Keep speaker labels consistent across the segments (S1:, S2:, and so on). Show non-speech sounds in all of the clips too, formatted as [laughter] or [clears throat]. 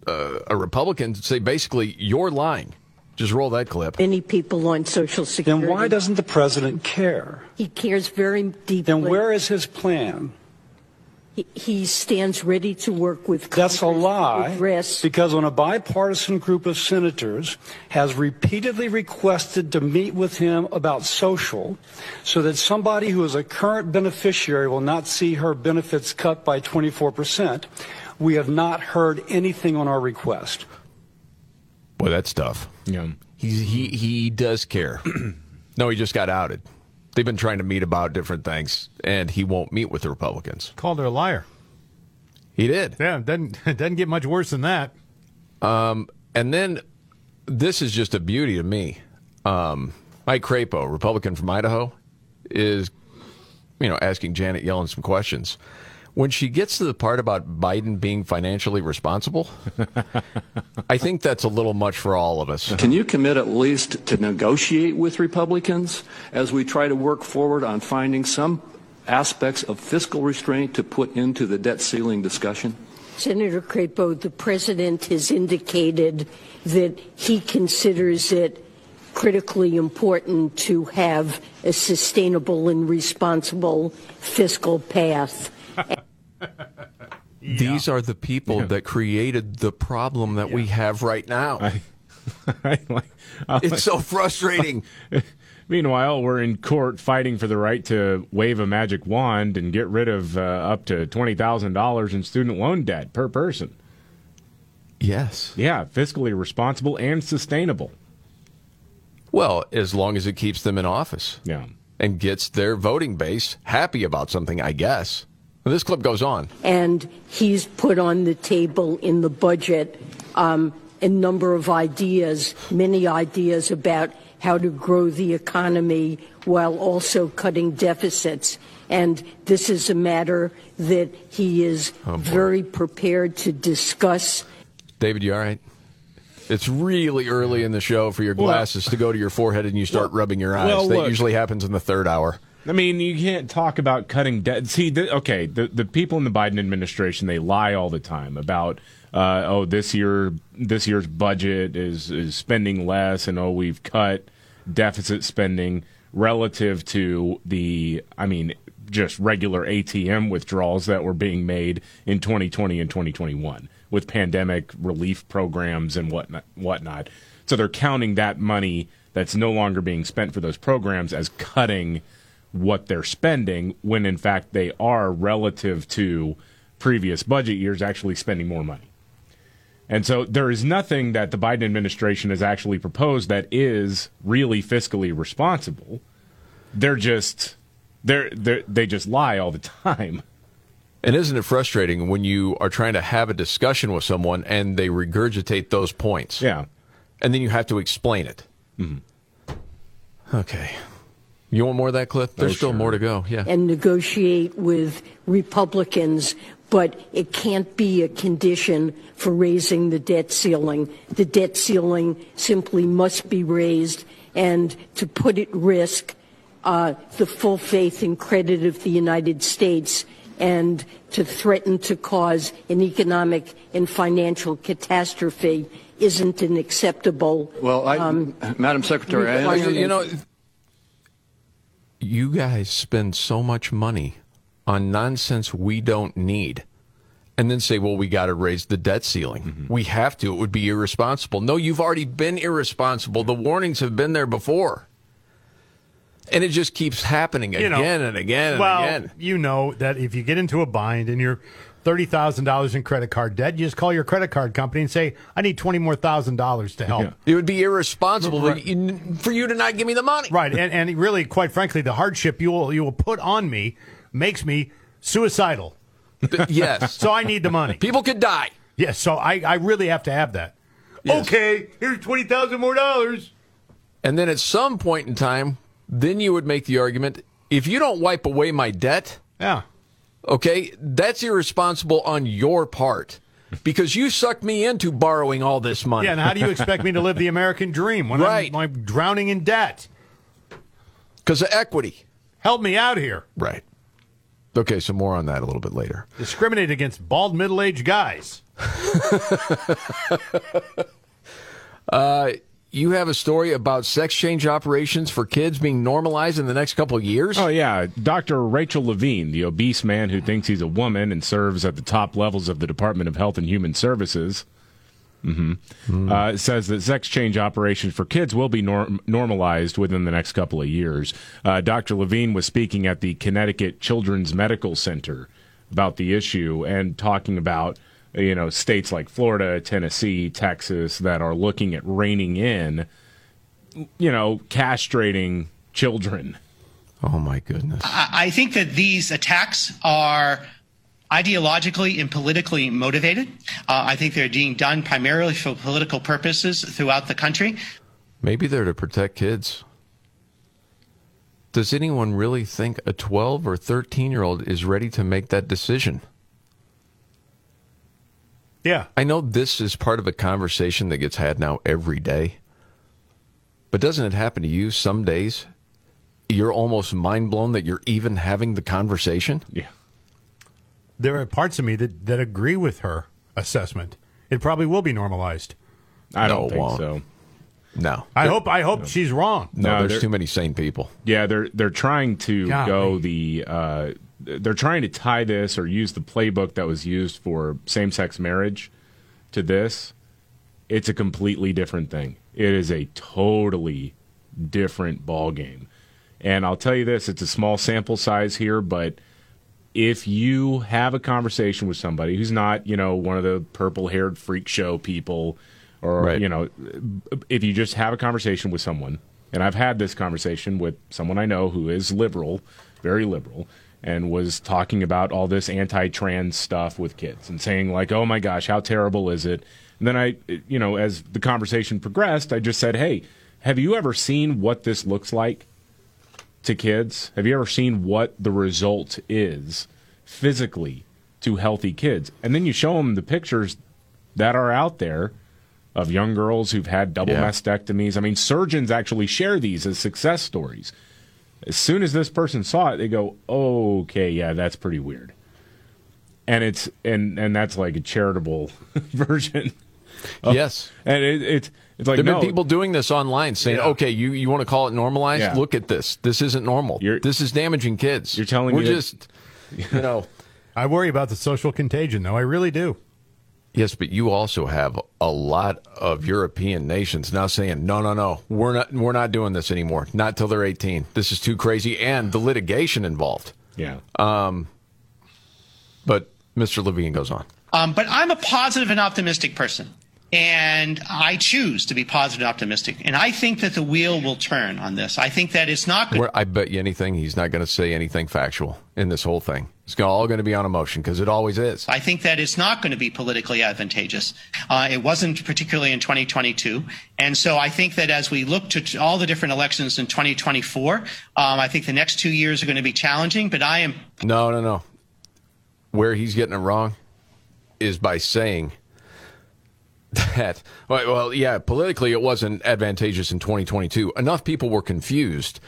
S1: uh, a Republican say basically, you're lying. Just roll that clip.
S2: Many people on Social Security.
S3: Then why doesn't the president care?
S2: he cares very deeply?
S3: Then where is his plan?
S2: he, he stands ready to work with?
S3: That's a
S2: Congress,
S3: lie.
S2: with risk.
S3: Because when a bipartisan group of senators has repeatedly requested to meet with him about social so that somebody who is a current beneficiary will not see her benefits cut by 24%, we have not heard anything on our request.
S1: Boy, that's tough.
S4: Yeah.
S1: He's, he he
S5: [clears throat]
S1: does care. no, he just got outed. They've been trying to meet about different things, and he won't meet with the Republicans.
S5: Called her a liar.
S1: He did.
S5: Yeah, it doesn't [laughs] it doesn't get much worse than that.
S1: Um, And then this is just a beauty to me. Um, Mike Crapo, Republican from Idaho, is you know asking Janet Yellen some questions. When she gets to the part about Biden being
S5: [laughs]
S1: financially responsible, I think that's a little much for all of us.
S6: Can you commit at least to negotiate with Republicans as we try to work forward on finding some aspects of fiscal restraint to put into the debt ceiling discussion?
S2: Senator Crapo, the president has indicated that he considers it critically important to have a sustainable and responsible fiscal path.
S1: These are the people that created the problem that we have right
S4: [laughs]
S1: now.
S4: I like- I like- [laughs]
S1: It's so frustrating.
S4: Meanwhile, we're in court fighting for the right to wave a magic wand and get rid of uh, up to $20,000 in student loan debt per person.
S1: yes.
S4: Yeah, fiscally responsible and sustainable.
S1: Well, as long as it keeps them in office
S4: Yeah.
S1: and gets their voting base happy about something, I guess. Well, this clip goes on.
S2: and he's put on the table in the budget um, a number of ideas, many ideas about how to grow the economy while also cutting deficits. And this is a matter that he is very prepared to discuss.
S1: David, you all right? It's really early in the show for your glasses to go to your forehead and you start rubbing your eyes.
S4: well,
S1: that
S4: look.
S1: usually happens in the third hour.
S4: I mean, you can't talk about cutting debt. See, the, okay, the the people in the Biden administration they lie all the time about uh, oh, this year this year's budget is is spending less, and oh, we've cut deficit spending relative to the, I mean, just regular ATM withdrawals that were being made in 2020 and 2021 with pandemic relief programs and whatnot. whatnot. So they're counting that money that's no longer being spent for those programs as cutting what they're spending when in fact they are relative to previous budget years actually spending more money. And so there is nothing that the Biden administration has actually proposed that is really fiscally responsible. They're just they're, they're they just lie all the [laughs] time.
S1: And isn't it frustrating when you are trying to have a discussion with someone and they regurgitate those points?
S4: Yeah.
S1: And then you have to explain it.
S4: Mm-hmm.
S1: Okay. You want more of that clip? There's oh, still sure. more to go. Yeah.
S2: And negotiate with Republicans, but it can't be a condition for raising the debt ceiling. The debt ceiling simply must be raised, and to put at risk uh, the full faith and credit of the United States and to threaten to cause an economic and financial catastrophe isn't an acceptable.
S6: Well, I, um, Madam Secretary, I
S1: you know, you guys spend so much money on nonsense we don't need. And then say, well, we got to raise the debt ceiling. Mm-hmm. We have to. It would be irresponsible. No, you've already been irresponsible. The warnings have been there before. And it just keeps happening again you know, and again and
S5: well,
S1: again.
S5: You know that if you get into a bind and you're thirty thousand dollars in credit card debt, you just call your credit card company and say, "I need twenty more thousand dollars to help." Yeah.
S1: It would be irresponsible right. for you to not give me the money.
S5: Right, and, and really, quite frankly, the hardship you will you will put on me makes me suicidal. [laughs]
S1: yes,
S5: so I need the money.
S1: People could die.
S5: Yes, yeah, so I I really have to have that. Yes. Okay, here's twenty thousand more dollars.
S1: And then at some point in time, then you would make the argument: if you don't wipe away my debt,
S5: yeah.
S1: Okay, that's irresponsible on your part because you sucked me into borrowing all this money.
S5: Yeah, and how do you expect me to live the American dream when
S1: right.
S5: I'm, I'm, drowning in debt?
S1: Because of equity.
S5: Help me out here.
S1: [laughs] Right. Okay, so more on that a little bit later.
S5: Discriminate against bald middle aged
S1: [laughs]
S5: guys.
S1: uh, you have a story about sex change operations for kids being normalized in the next couple of years?
S4: Oh, yeah. Dr. Rachel Levine, the obese man who thinks he's a woman and serves at the top levels of the Department of Health and Human Services, mm-hmm,
S1: Hmm.
S4: mm. uh, says that sex change operations for kids will be norm- normalized within the next couple of years. Uh, Dr. Levine was speaking at the Connecticut Children's Medical Center about the issue and talking about you know states like Florida, Tennessee, Texas that are looking at reining in you know castrating children.
S1: Oh my goodness.
S7: I, think that these attacks are ideologically and politically motivated. Uh, I think they're being done primarily for political purposes throughout the country.
S1: Maybe they're to protect kids. Does anyone really think a 12 or 13 year old is ready to make that decision?
S5: Yeah.
S1: I know this is part of a conversation that gets had now every day. But doesn't it happen to you some days? You're almost mind blown that you're even having the conversation?
S4: Yeah.
S5: There are parts of me that, that agree with her assessment. It probably will be normalized.
S4: I don't no, think won't. so.
S1: No.
S5: I hope I hope no. she's wrong.
S1: No, no there's too many sane people.
S4: Yeah, they're they're trying to God, go man. the uh, they're trying to tie this or use the playbook that was used for same-sex marriage to this it's a completely different thing it is a totally different ball game and i'll tell you this it's a small sample size here but if you have a conversation with somebody who's not you know one of the purple-haired freak show people or right. you know if you just have a conversation with someone and i've had this conversation with someone i know who is liberal very liberal and was talking about all this anti-trans stuff with kids and saying like, "Oh my gosh, how terrible is it?" And then I, you know, as the conversation progressed, I just said, "Hey, have you ever seen what this looks like to kids? Have you ever seen what the result is physically to healthy kids?" And then you show them the pictures that are out there of young girls who've had double yeah. mastectomies. I mean, surgeons actually share these as success stories as soon as this person saw it, they go, okay, yeah, that's pretty weird. and it's and and that's like a charitable [laughs] version. of-
S1: Yes.
S4: Oh. and it, it's it's like
S1: There've
S4: no,
S1: been people doing this online saying,
S4: Yeah.
S1: "Okay, you, you want to call it normalized?
S4: Yeah.
S1: Look at this. This isn't normal. this is damaging kids. You're
S4: telling
S1: we're
S4: me that- [laughs]
S1: just, you know."
S5: I worry about the social contagion, though. I really do.
S1: Yes, but you also have a lot of European nations now saying, "No, no, no, we're not, we're not doing this anymore. Not till they're 18. This is too crazy." And the litigation involved.
S4: Yeah.
S1: Um, but Mr. Levine goes on.
S7: Um, but I'm a positive and optimistic person. And I choose to be positive and optimistic. And I think that the wheel will turn on this. I think that it's not
S1: Where I bet you anything, he's not going to say anything factual in this whole thing. It's all going to be on emotion because it always is.
S7: I think that it's not going to be politically advantageous. Uh, it wasn't particularly in 2022. And so I think that as we look to t- all the different elections in 2024, um, I think the next two years are going to be challenging, but I am
S1: No, no, no. Where he's getting it wrong is by saying that, well, well, yeah, politically it wasn't advantageous in 2022. Enough people were confused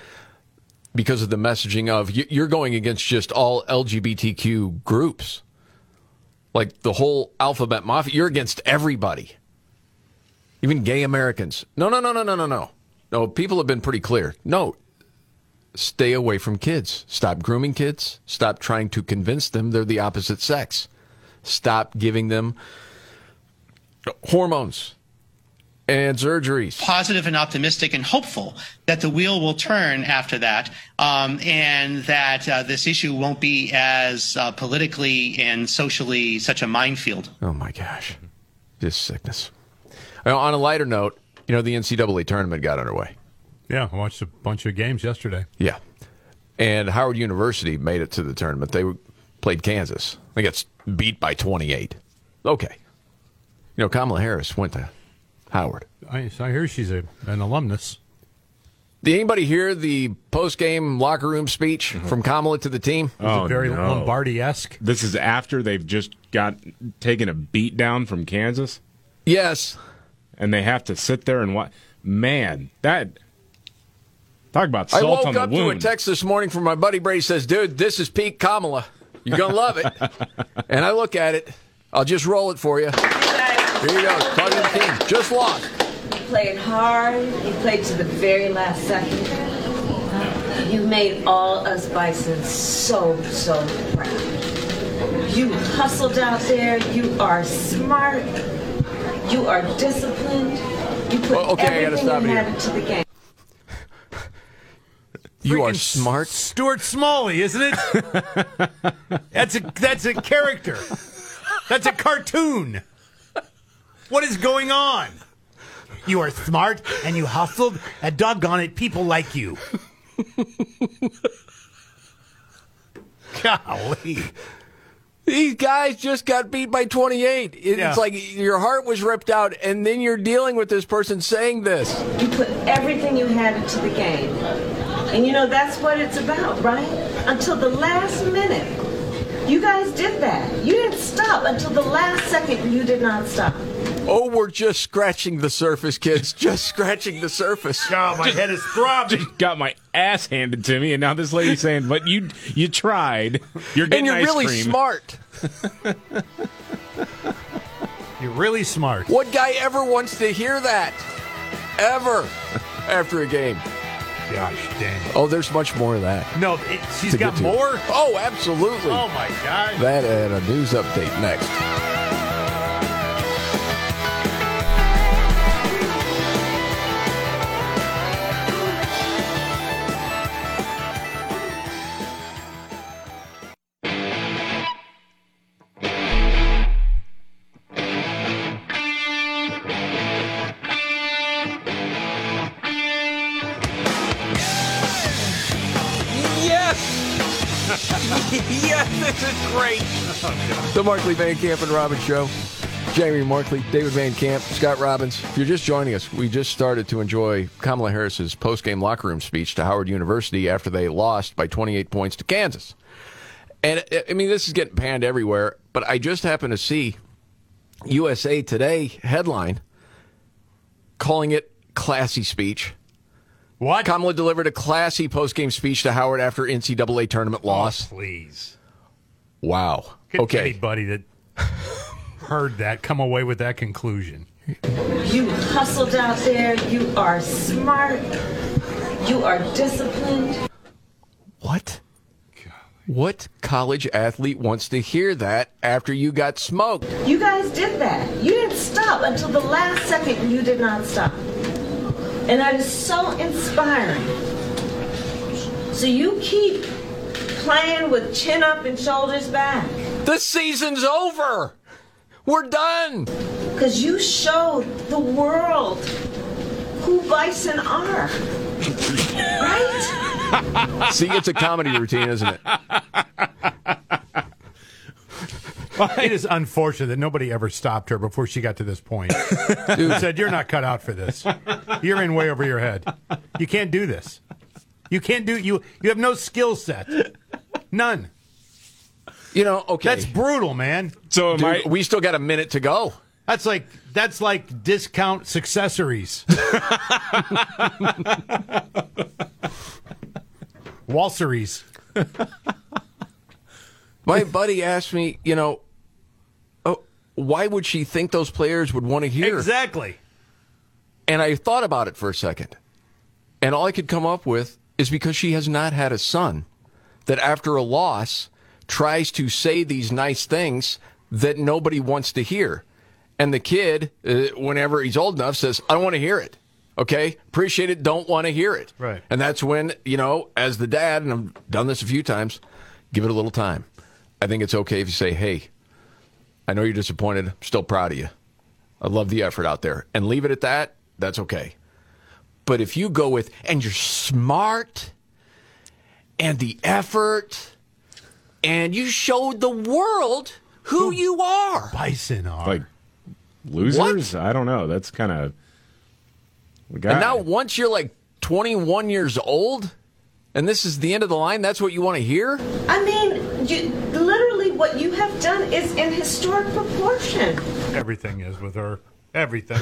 S1: because of the messaging of "You- you're going against just all LGBTQ groups, like the whole alphabet mafia. You're against everybody, even gay Americans. No, no, no, no, no, no, no. No, people have been pretty clear. No, stay away from kids. Stop grooming kids. Stop trying to convince them they're the opposite sex. Stop giving them hormones and surgeries.
S7: positive and optimistic and hopeful that the wheel will turn after that um, and that uh, this issue won't be as uh, politically and socially such a minefield.
S1: Oh my gosh. Just sickness. Now, on a lighter note, you know, the NCAA tournament got underway.
S5: Yeah, I watched a bunch of games yesterday.
S1: Yeah. And Howard University made it to the tournament. They played Kansas. They got beat by 28. Okay. You know, Kamala Harris went to Howard.
S5: I, so I hear she's a, an alumnus.
S1: Did anybody hear the post game locker room speech
S4: Mm-hmm.
S1: from Kamala to the team?
S4: Oh, no.
S5: Lombardi-esque.
S4: This is after they've just got taken a beat down from Kansas.
S1: Yes,
S4: and they have to sit there and watch. Man, that talk about
S1: I
S4: salt on
S1: woke
S4: the
S1: up to a
S4: wound.
S1: text this morning from my buddy Brady says, "Dude, this is Pete Kamala. You're gonna
S4: [laughs]
S1: love it." and I look at it. I'll just roll it for you. Here you go. Talking to the team. Just lost.
S8: He played hard. He played to the very last second. You made all us Bison so, so proud. You hustled out there. You are smart. You are disciplined. You put
S1: Well, okay, I gotta
S8: everything
S1: stop
S8: you
S1: it
S8: had
S1: here.
S8: into the game.
S1: You are smart.
S5: Stuart Smalley, isn't it? [laughs] that's a that's a character. That's a cartoon. What is going on? You are smart and you hustled, and doggone it, people like you. Golly.
S1: These guys just got beat by 28. It-
S8: Yeah.
S1: It's like your heart was ripped out, and then you're dealing with this person saying this.
S8: You put everything you had into the game. And you know, that's what it's about, right? Until the last minute. You guys did that. You didn't stop until the last second. You did not stop.
S1: Oh, we're just scratching the surface, kids. Just scratching the surface.
S5: Oh, my head is throbbing.
S4: Just got my ass handed to me, and now this lady's saying, "But you, you tried. You're
S1: and
S4: getting
S1: you're
S4: ice
S1: really
S4: cream."
S1: smart.
S5: You're really smart.
S1: What guy ever wants to hear that? Ever er, after a game.
S5: Gosh dang.
S1: Oh, there's much more of that.
S5: No, it, she's
S1: To get
S5: got
S1: to.
S5: more?
S1: Oh, absolutely.
S5: Oh my god.
S1: That and a news update next.
S5: [laughs]
S9: Yes! yes, this is great.
S1: The Markley Van Camp and Robbins Show. Jamie Markley, David Van Camp, Scott Robbins. If you're just joining us, we just started to enjoy Kamala Harris's post-game locker room speech to Howard University after they lost by 28 points to Kansas. And I- I mean, this is getting panned everywhere, but I just happened to see USA Today headline calling it classy speech.
S5: What?
S1: Kamala delivered a classy post-game speech to Howard after NCAA tournament loss.
S5: Please.
S1: Wow.
S5: Could
S1: okay.
S5: Anybody that heard that come away with that conclusion.
S8: You hustled out there. You are smart. You are disciplined.
S1: What? What college athlete wants to hear that after you got smoked?
S8: You guys did that. You didn't stop until the last second. You did not stop. And that is so inspiring. So you keep playing with chin up and shoulders back.
S1: The season's over. We're done.
S8: Because you showed the world who
S1: [laughs]
S8: bison are. right?
S1: See, it's a comedy routine, isn't it?
S5: It is unfortunate that nobody ever stopped her before she got to this
S1: [laughs]
S5: point.
S1: Dude.
S5: Said, You're not cut out for this. You're in way over your head. You can't do this. You can't do you you have no skill set. None.
S1: You know, okay.
S5: That's brutal, man.
S4: So
S1: Dude, we still got a minute to go.
S5: That's like that's like discount
S1: [laughs]
S5: successories. Walseries.
S1: My buddy asked me, you know, oh, why would she think those players would want to hear?
S5: Exactly.
S1: And I thought about it for a second. And all I could come up with is because she has not had a son that after a loss tries to say these nice things that nobody wants to hear. And the kid, uh, whenever he's old enough, says, I don't want to hear it. Okay? Appreciate it. Don't want to hear it.
S5: Right.
S1: And that's when, you know, as the dad, and I've done this a few times, give it a little time. I think it's okay if you say, hey, I know you're disappointed. I'm still proud of you. I love the effort out there. And leave it at that. That's okay. But if you go with, and you're smart, and the effort, and you showed the world who you are.
S5: Bison are.
S4: Like losers? I don't know. That's kind of.
S1: And now, once you're like 21 years old, and this is the end of the line, that's what you want to hear?
S8: I mean, you, literally what you have done is in historic proportion.
S5: Everything is with her. Everything.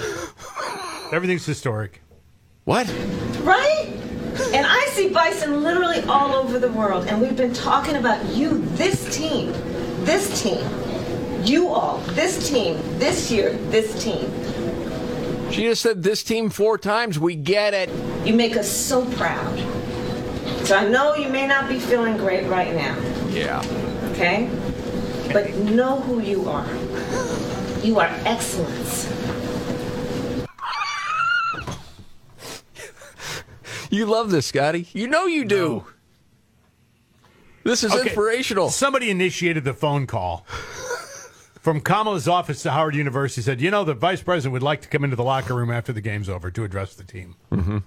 S5: Everything's historic.
S1: What?
S8: Right? And I see bison literally all over the world. And we've been talking about you, this team, this team, you all, this team, this year, this team.
S1: She just said this team four times. We get it.
S8: You make us so proud. So I know you may not be feeling great right now,
S1: Yeah.
S8: okay? But know who you are. You are excellence.
S1: You love this, Scotty. You know you do. This is
S5: Okay.
S1: inspirational.
S5: Somebody initiated the phone call from Kamala's office to Howard University. Said, you know, the vice president would like to come into the locker room after the game's over to address the team.
S1: Mm-hmm.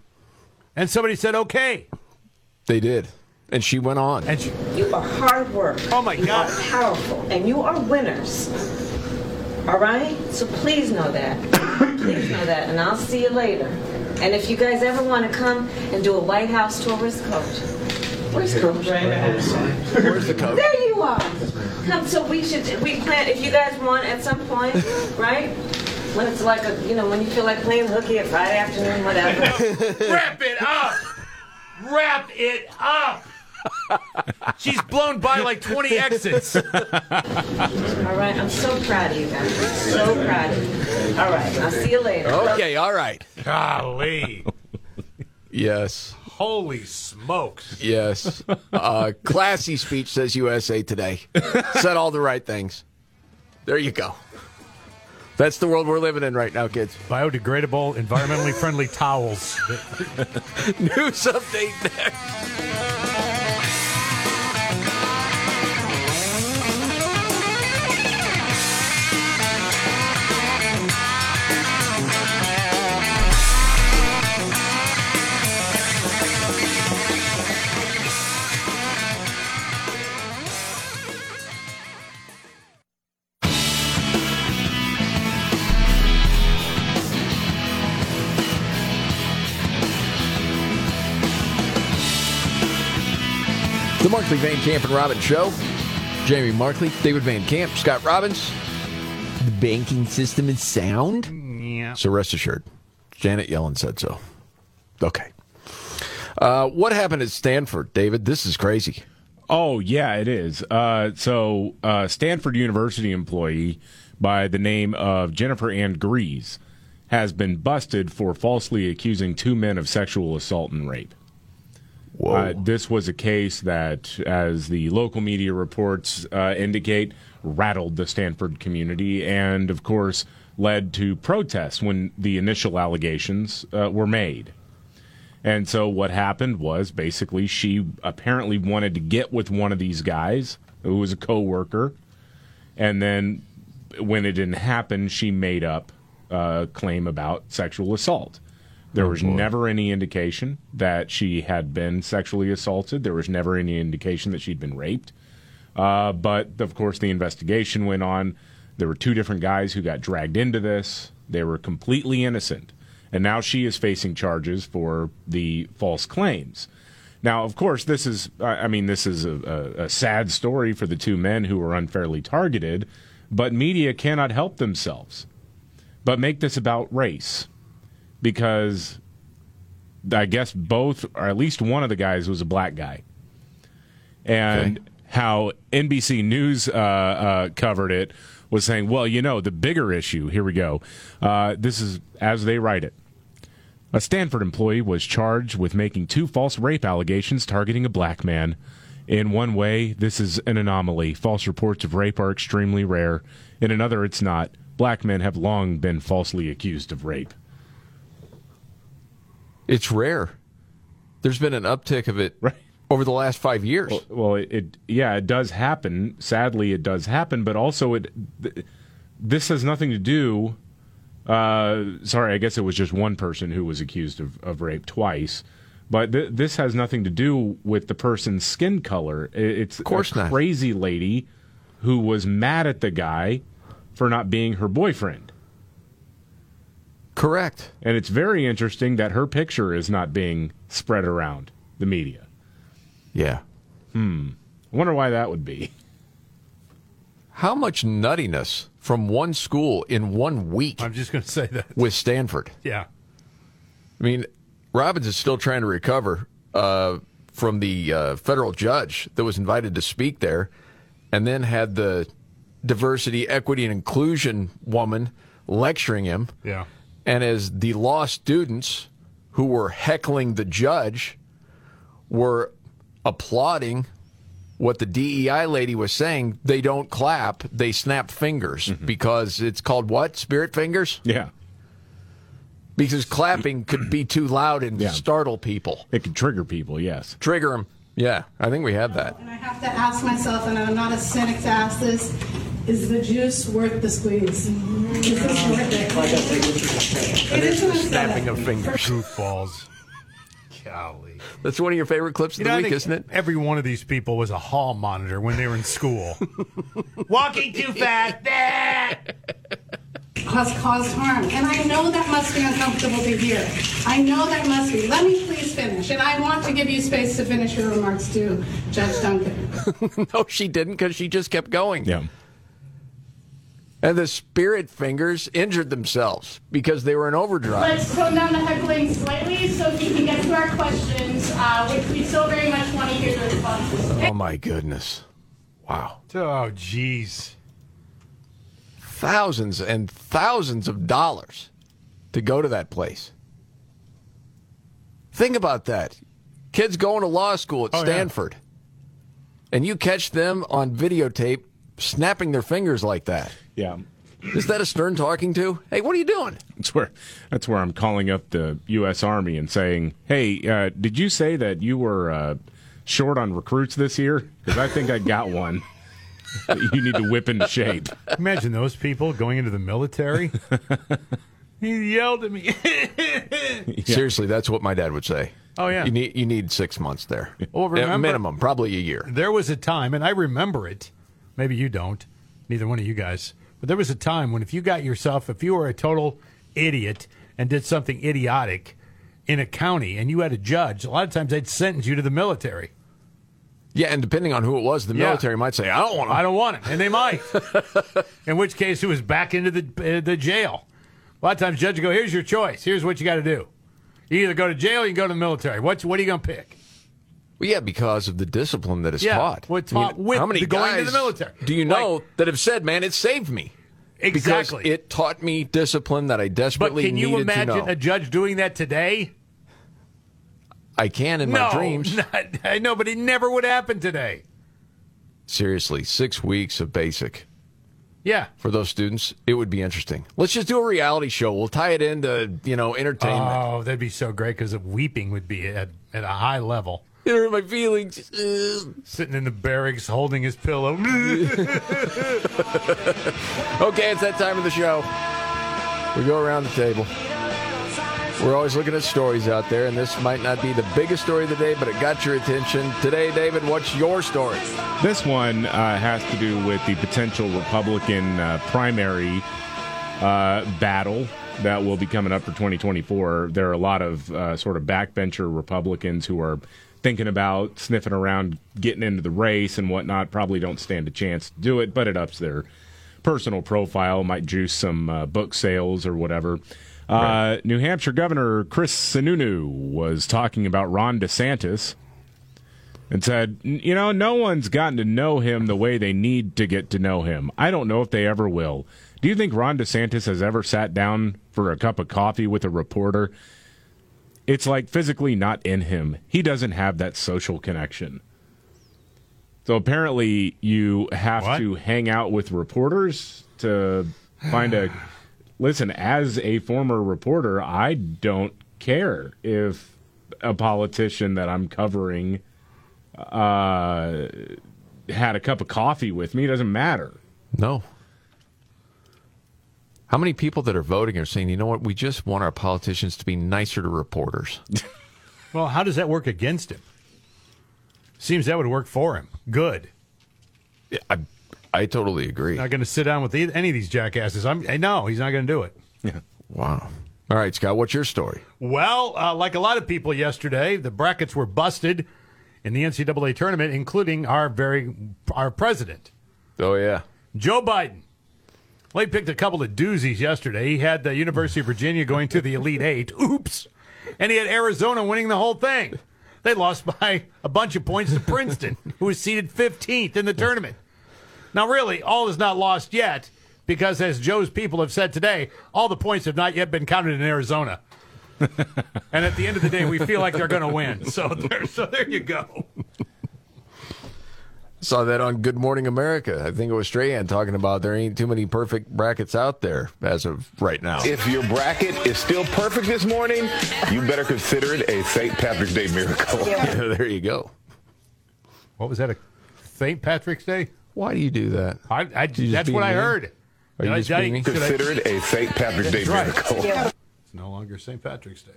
S5: And somebody said, okay.
S1: They did. And she went on.
S5: And she,
S8: You are hard work. Oh my you God. You are powerful, and you are winners. All right. So please know that. please know that, and I'll see you later. And if you guys ever want to come and do a White House tour, where's Coach? Where's Coach? Right
S1: Where's the coach?
S8: There you are. Come. So we should. We plan. If you guys want, at some
S5: [laughs]
S8: point, right? When it's like a, you know, when you feel like playing hooky at Friday afternoon, whatever.
S5: Wrap it up. [laughs] Wrap it up. She's blown by like 20 exits.
S8: All right. I'm so proud of you guys. So proud of you. All right. I'll see you later.
S1: Okay, all right.
S5: Golly.
S1: [laughs] Yes.
S5: Holy smokes.
S1: Yes. Uh, classy speech says USA Today. Said all the right things. There you go. That's the world we're living in right now, kids.
S5: Biodegradable, environmentally friendly [laughs] towels.
S1: News update next. The Markley Van Camp and Robbins Show. Jamie Markley, David Van Camp, Scott Robbins. The banking system is sound.
S5: Yeah.
S1: So rest assured, Janet Yellen said so. Okay. Uh, what happened at Stanford, David? This is crazy.
S4: Oh yeah, it is. Uh, so uh, Stanford University employee by the name of Jennifer Ann Grease has been busted for falsely accusing two men of sexual assault and rape. Uh, this was a case that, as the local media reports uh, indicate, rattled the Stanford community and, of course, led to protests when the initial allegations uh, were made. And so, what happened was basically she apparently wanted to get with one of these guys who was a coworker, and then when it didn't happen, she made up a claim about sexual assault. There
S10: Oh,
S4: was
S10: boy.
S4: never any indication that she had been sexually assaulted. There was never any indication that she'd been raped. Uh, but of course, the investigation went on. There were two different guys who got dragged into this. They were completely innocent. And now she is facing charges for the false claims. Now, of course, this is, I I mean, this is a, a, a sad story for the two men who were unfairly targeted, but media cannot help themselves but make this about race because I guess both, or at least one of the guys, was a black guy. And how NBC News uh, uh, covered it was saying, well, you know, the bigger issue, here we go. Uh, this is as they write it. A Stanford employee was charged with making two false rape allegations targeting a black man. In one way, this is an anomaly. False reports of rape are extremely rare. In another, it's not. Black men have long been falsely accused of rape.
S1: It's rare. There's been an uptick
S4: [laughs]
S1: of it over the last five years.
S4: Well, well, it, it yeah, it does happen. Sadly, it does happen, but also it th- this has nothing to do. Uh, sorry, I guess it was just one person who was accused of, of rape twice, but th- this has nothing to do with the person's skin color. I- It's of course a crazy lady who was mad at the guy for not being her boyfriend.
S1: Correct.
S4: And it's very interesting that her picture is not being spread around the media.
S1: Yeah.
S4: Hmm. I wonder why that would be.
S1: How much nuttiness from one school in one week? I'm
S5: just going to say that.
S1: With Stanford.
S5: Yeah.
S1: I mean, Robbins is still trying to recover uh, from the uh, federal judge that was invited to speak there and then had the diversity, equity, and inclusion woman lecturing him.
S5: Yeah.
S1: And as the law students who were heckling the judge were applauding what the DEI lady was saying, they don't clap, they snap fingers because it's called what? Spirit fingers?
S4: Yeah.
S1: Because clapping could be too loud and startle people.
S4: It could trigger people, yes.
S1: Trigger them. Yeah, I think we had that. [laughs]
S11: I have to ask myself, and I'm not a cynic to ask this, is the juice worth the squeeze? Is this worth it? It is an aesthetic.
S1: of fingers.
S5: Goofballs. Golly.
S1: That's one of your favorite clips of the week, isn't it?
S5: Every one of these people was a hall monitor when they were in school. Walking too fast. [laughs]
S11: Has caused harm, and I know that must be uncomfortable to hear. I know that must be. Let me please finish, and I want to give you space to finish your remarks too, Judge Duncan.
S1: no, she didn't because she just kept going.
S4: Yeah.
S1: And the spirit fingers injured themselves because they were in overdrive.
S12: Let's tone down the heckling slightly so we can get to our questions, uh, which we so very much want to hear the responses.
S1: Oh, my goodness. Wow.
S5: Oh, jeez.
S1: Thousands and thousands of dollars to go to that place. Think about that. Kids going to law school at
S5: Oh, yeah.
S1: Stanford. And you catch them on videotape snapping their fingers like that.
S4: Yeah.
S1: Is that a stern talking to? Hey, what are you doing?
S4: That's where that's where I'm calling up the U.S. Army and saying, "Hey, uh, did you say that you were uh, short on recruits this year? Because I think I got one. [laughs] that you need to whip into shape."
S5: Imagine those people going into the military. he yelled at me. [laughs]
S1: Seriously, that's what my dad would say.
S5: Oh, yeah.
S1: you need you need six months there.
S5: Well,
S1: At
S5: remember-
S1: minimum, probably a year.
S5: There was a time, and I remember it. Maybe you don't, neither one of you guys. But there was a time when if you got yourself, if you were a total idiot and did something idiotic in a county and you had a judge, a lot of times they'd sentence you to the military.
S1: Yeah, and depending on who it was, the
S5: Yeah.
S1: military might say, "I don't want to."
S5: I don't want it, and they
S1: [laughs]
S5: might. in which case, it was back into the uh, the jail. A lot of times, judges go, "Here's your choice. Here's what you got to do. You either go to jail, or you go to the military. What's what are you going to pick?"
S1: Well, yeah, because of the discipline that is
S5: Yeah,
S1: taught.
S5: we're taught with
S1: how many
S5: the going
S1: guys
S5: to the military.
S1: Do you know that have said, "Man, it saved me"?
S5: Exactly.
S1: Because it taught me discipline that I
S5: But
S1: desperately
S5: can you
S1: needed to
S5: imagine
S1: know.
S5: a judge doing that today?
S1: I can in
S5: no,
S1: my
S5: [laughs]
S1: dreams.
S5: Not, I know, but it never would happen today.
S1: Seriously, six weeks of basic.
S5: Yeah.
S1: For those students, it would be interesting. Let's just do a reality show. We'll tie it into, you know, entertainment.
S5: Oh, that'd be so great because weeping would be at, at a high level.
S1: It hurt my feelings.
S5: Sitting in the barracks holding his pillow.
S1: [laughs] okay, it's that time of the show. We go around the table. We're always looking at stories out there, and this might not be the biggest story of the day, but it got your attention. Today, David, what's your story?
S4: This one uh, has to do with the potential Republican uh, primary uh, battle that will be coming up for 2024. There are a lot of uh, sort of backbencher Republicans who are thinking about sniffing around getting into the race and whatnot, probably don't stand a chance to do it, but it ups their personal profile, might juice some uh, book sales or whatever. Uh, New Hampshire Governor Chris Sununu was talking about Ron DeSantis and said, "N- You know, no one's gotten to know him the way they need to get to know him. I don't know if they ever will. Do you think Ron DeSantis has ever sat down for a cup of coffee with a reporter? It's like physically not in him. He doesn't have that social connection. So apparently, you have to hang out with reporters to find a. [sighs] Listen, as a former reporter, I don't care if a politician that I'm covering uh, had a cup of coffee with me. It doesn't matter.
S1: No. How many people that are voting are saying, you know what, we just want our politicians to be nicer to [laughs] reporters?
S5: well, how does that work against him? Seems that would work for him. Good.
S1: I, I totally agree.
S5: Not going to sit down with either, any of these jackasses. I'm eh, no, he's not going to do it.
S1: Wow. All right, Scott, what's your story?
S5: Well, uh, like a lot of people yesterday, the brackets were busted in the NCAA tournament, including our very our president.
S1: Oh yeah,
S5: Joe Biden. Well, he picked a couple of doozies yesterday. He had the University of Virginia going to the Elite Eight. Oops, and he had Arizona winning the whole thing. They lost [laughs] by a bunch of points to Princeton, who was seeded 15th in the tournament. Now, really, all is not lost yet because, as Joe's people have said today, all the points have not yet been counted in Arizona. and at the end of the day, we feel like they're going to win. So there, so there you go.
S1: Saw that on Good Morning America. I think it was Strahan talking about there ain't too many perfect brackets out there as of right now.
S10: If your bracket is still perfect this morning, you better consider it a St. Patrick's Day
S1: [laughs]
S10: miracle.
S1: there you go.
S5: What was that? A St. Patrick's Day?
S1: Why do you do that?
S5: I, I,
S1: you just
S5: that's
S1: being
S5: what I
S1: mean?
S5: heard.
S1: Are you
S5: Did I-
S1: just
S5: did I-
S1: being mean?
S5: should I-
S10: Consider it a St. Patrick's Day
S5: That's right.
S10: miracle.
S5: It's no longer St. Patrick's Day.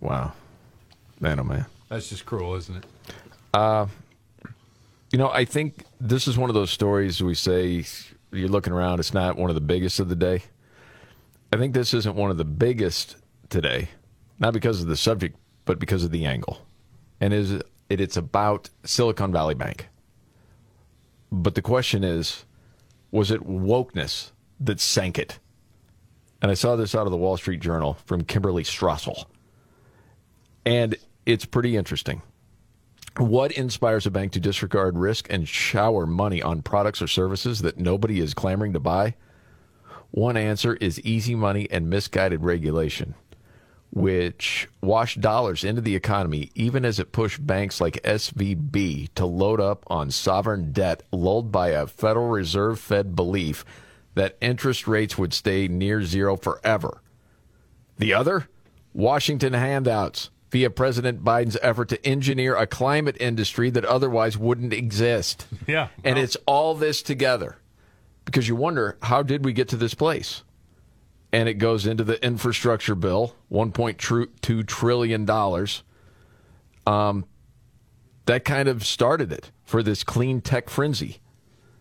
S1: Wow. Man, oh man.
S5: That's just cruel, isn't it?
S1: Uh, you know, I think this is one of those stories we say you're looking around, it's not one of the biggest of the day. I think this isn't one of the biggest today, not because of the subject, but because of the angle. And is it, it's about Silicon Valley Bank. But the question is, was it wokeness that sank it? And I saw this out of the Wall Street Journal from Kimberly Strassel. And it's pretty interesting. What inspires a bank to disregard risk and shower money on products or services that nobody is clamoring to buy? One answer is easy money and misguided regulation, which washed dollars into the economy even as it pushed banks like SVB to load up on sovereign debt, lulled by a Federal Reserve Fed belief that interest rates would stay near zero forever. The other, Washington handouts via President Biden's effort to engineer a climate industry that otherwise wouldn't exist.
S5: Yeah.
S1: And it's all this together because you wonder how did we get to this place? And it goes into the infrastructure bill, $1.2 trillion. Um, that kind of started it for this clean tech frenzy.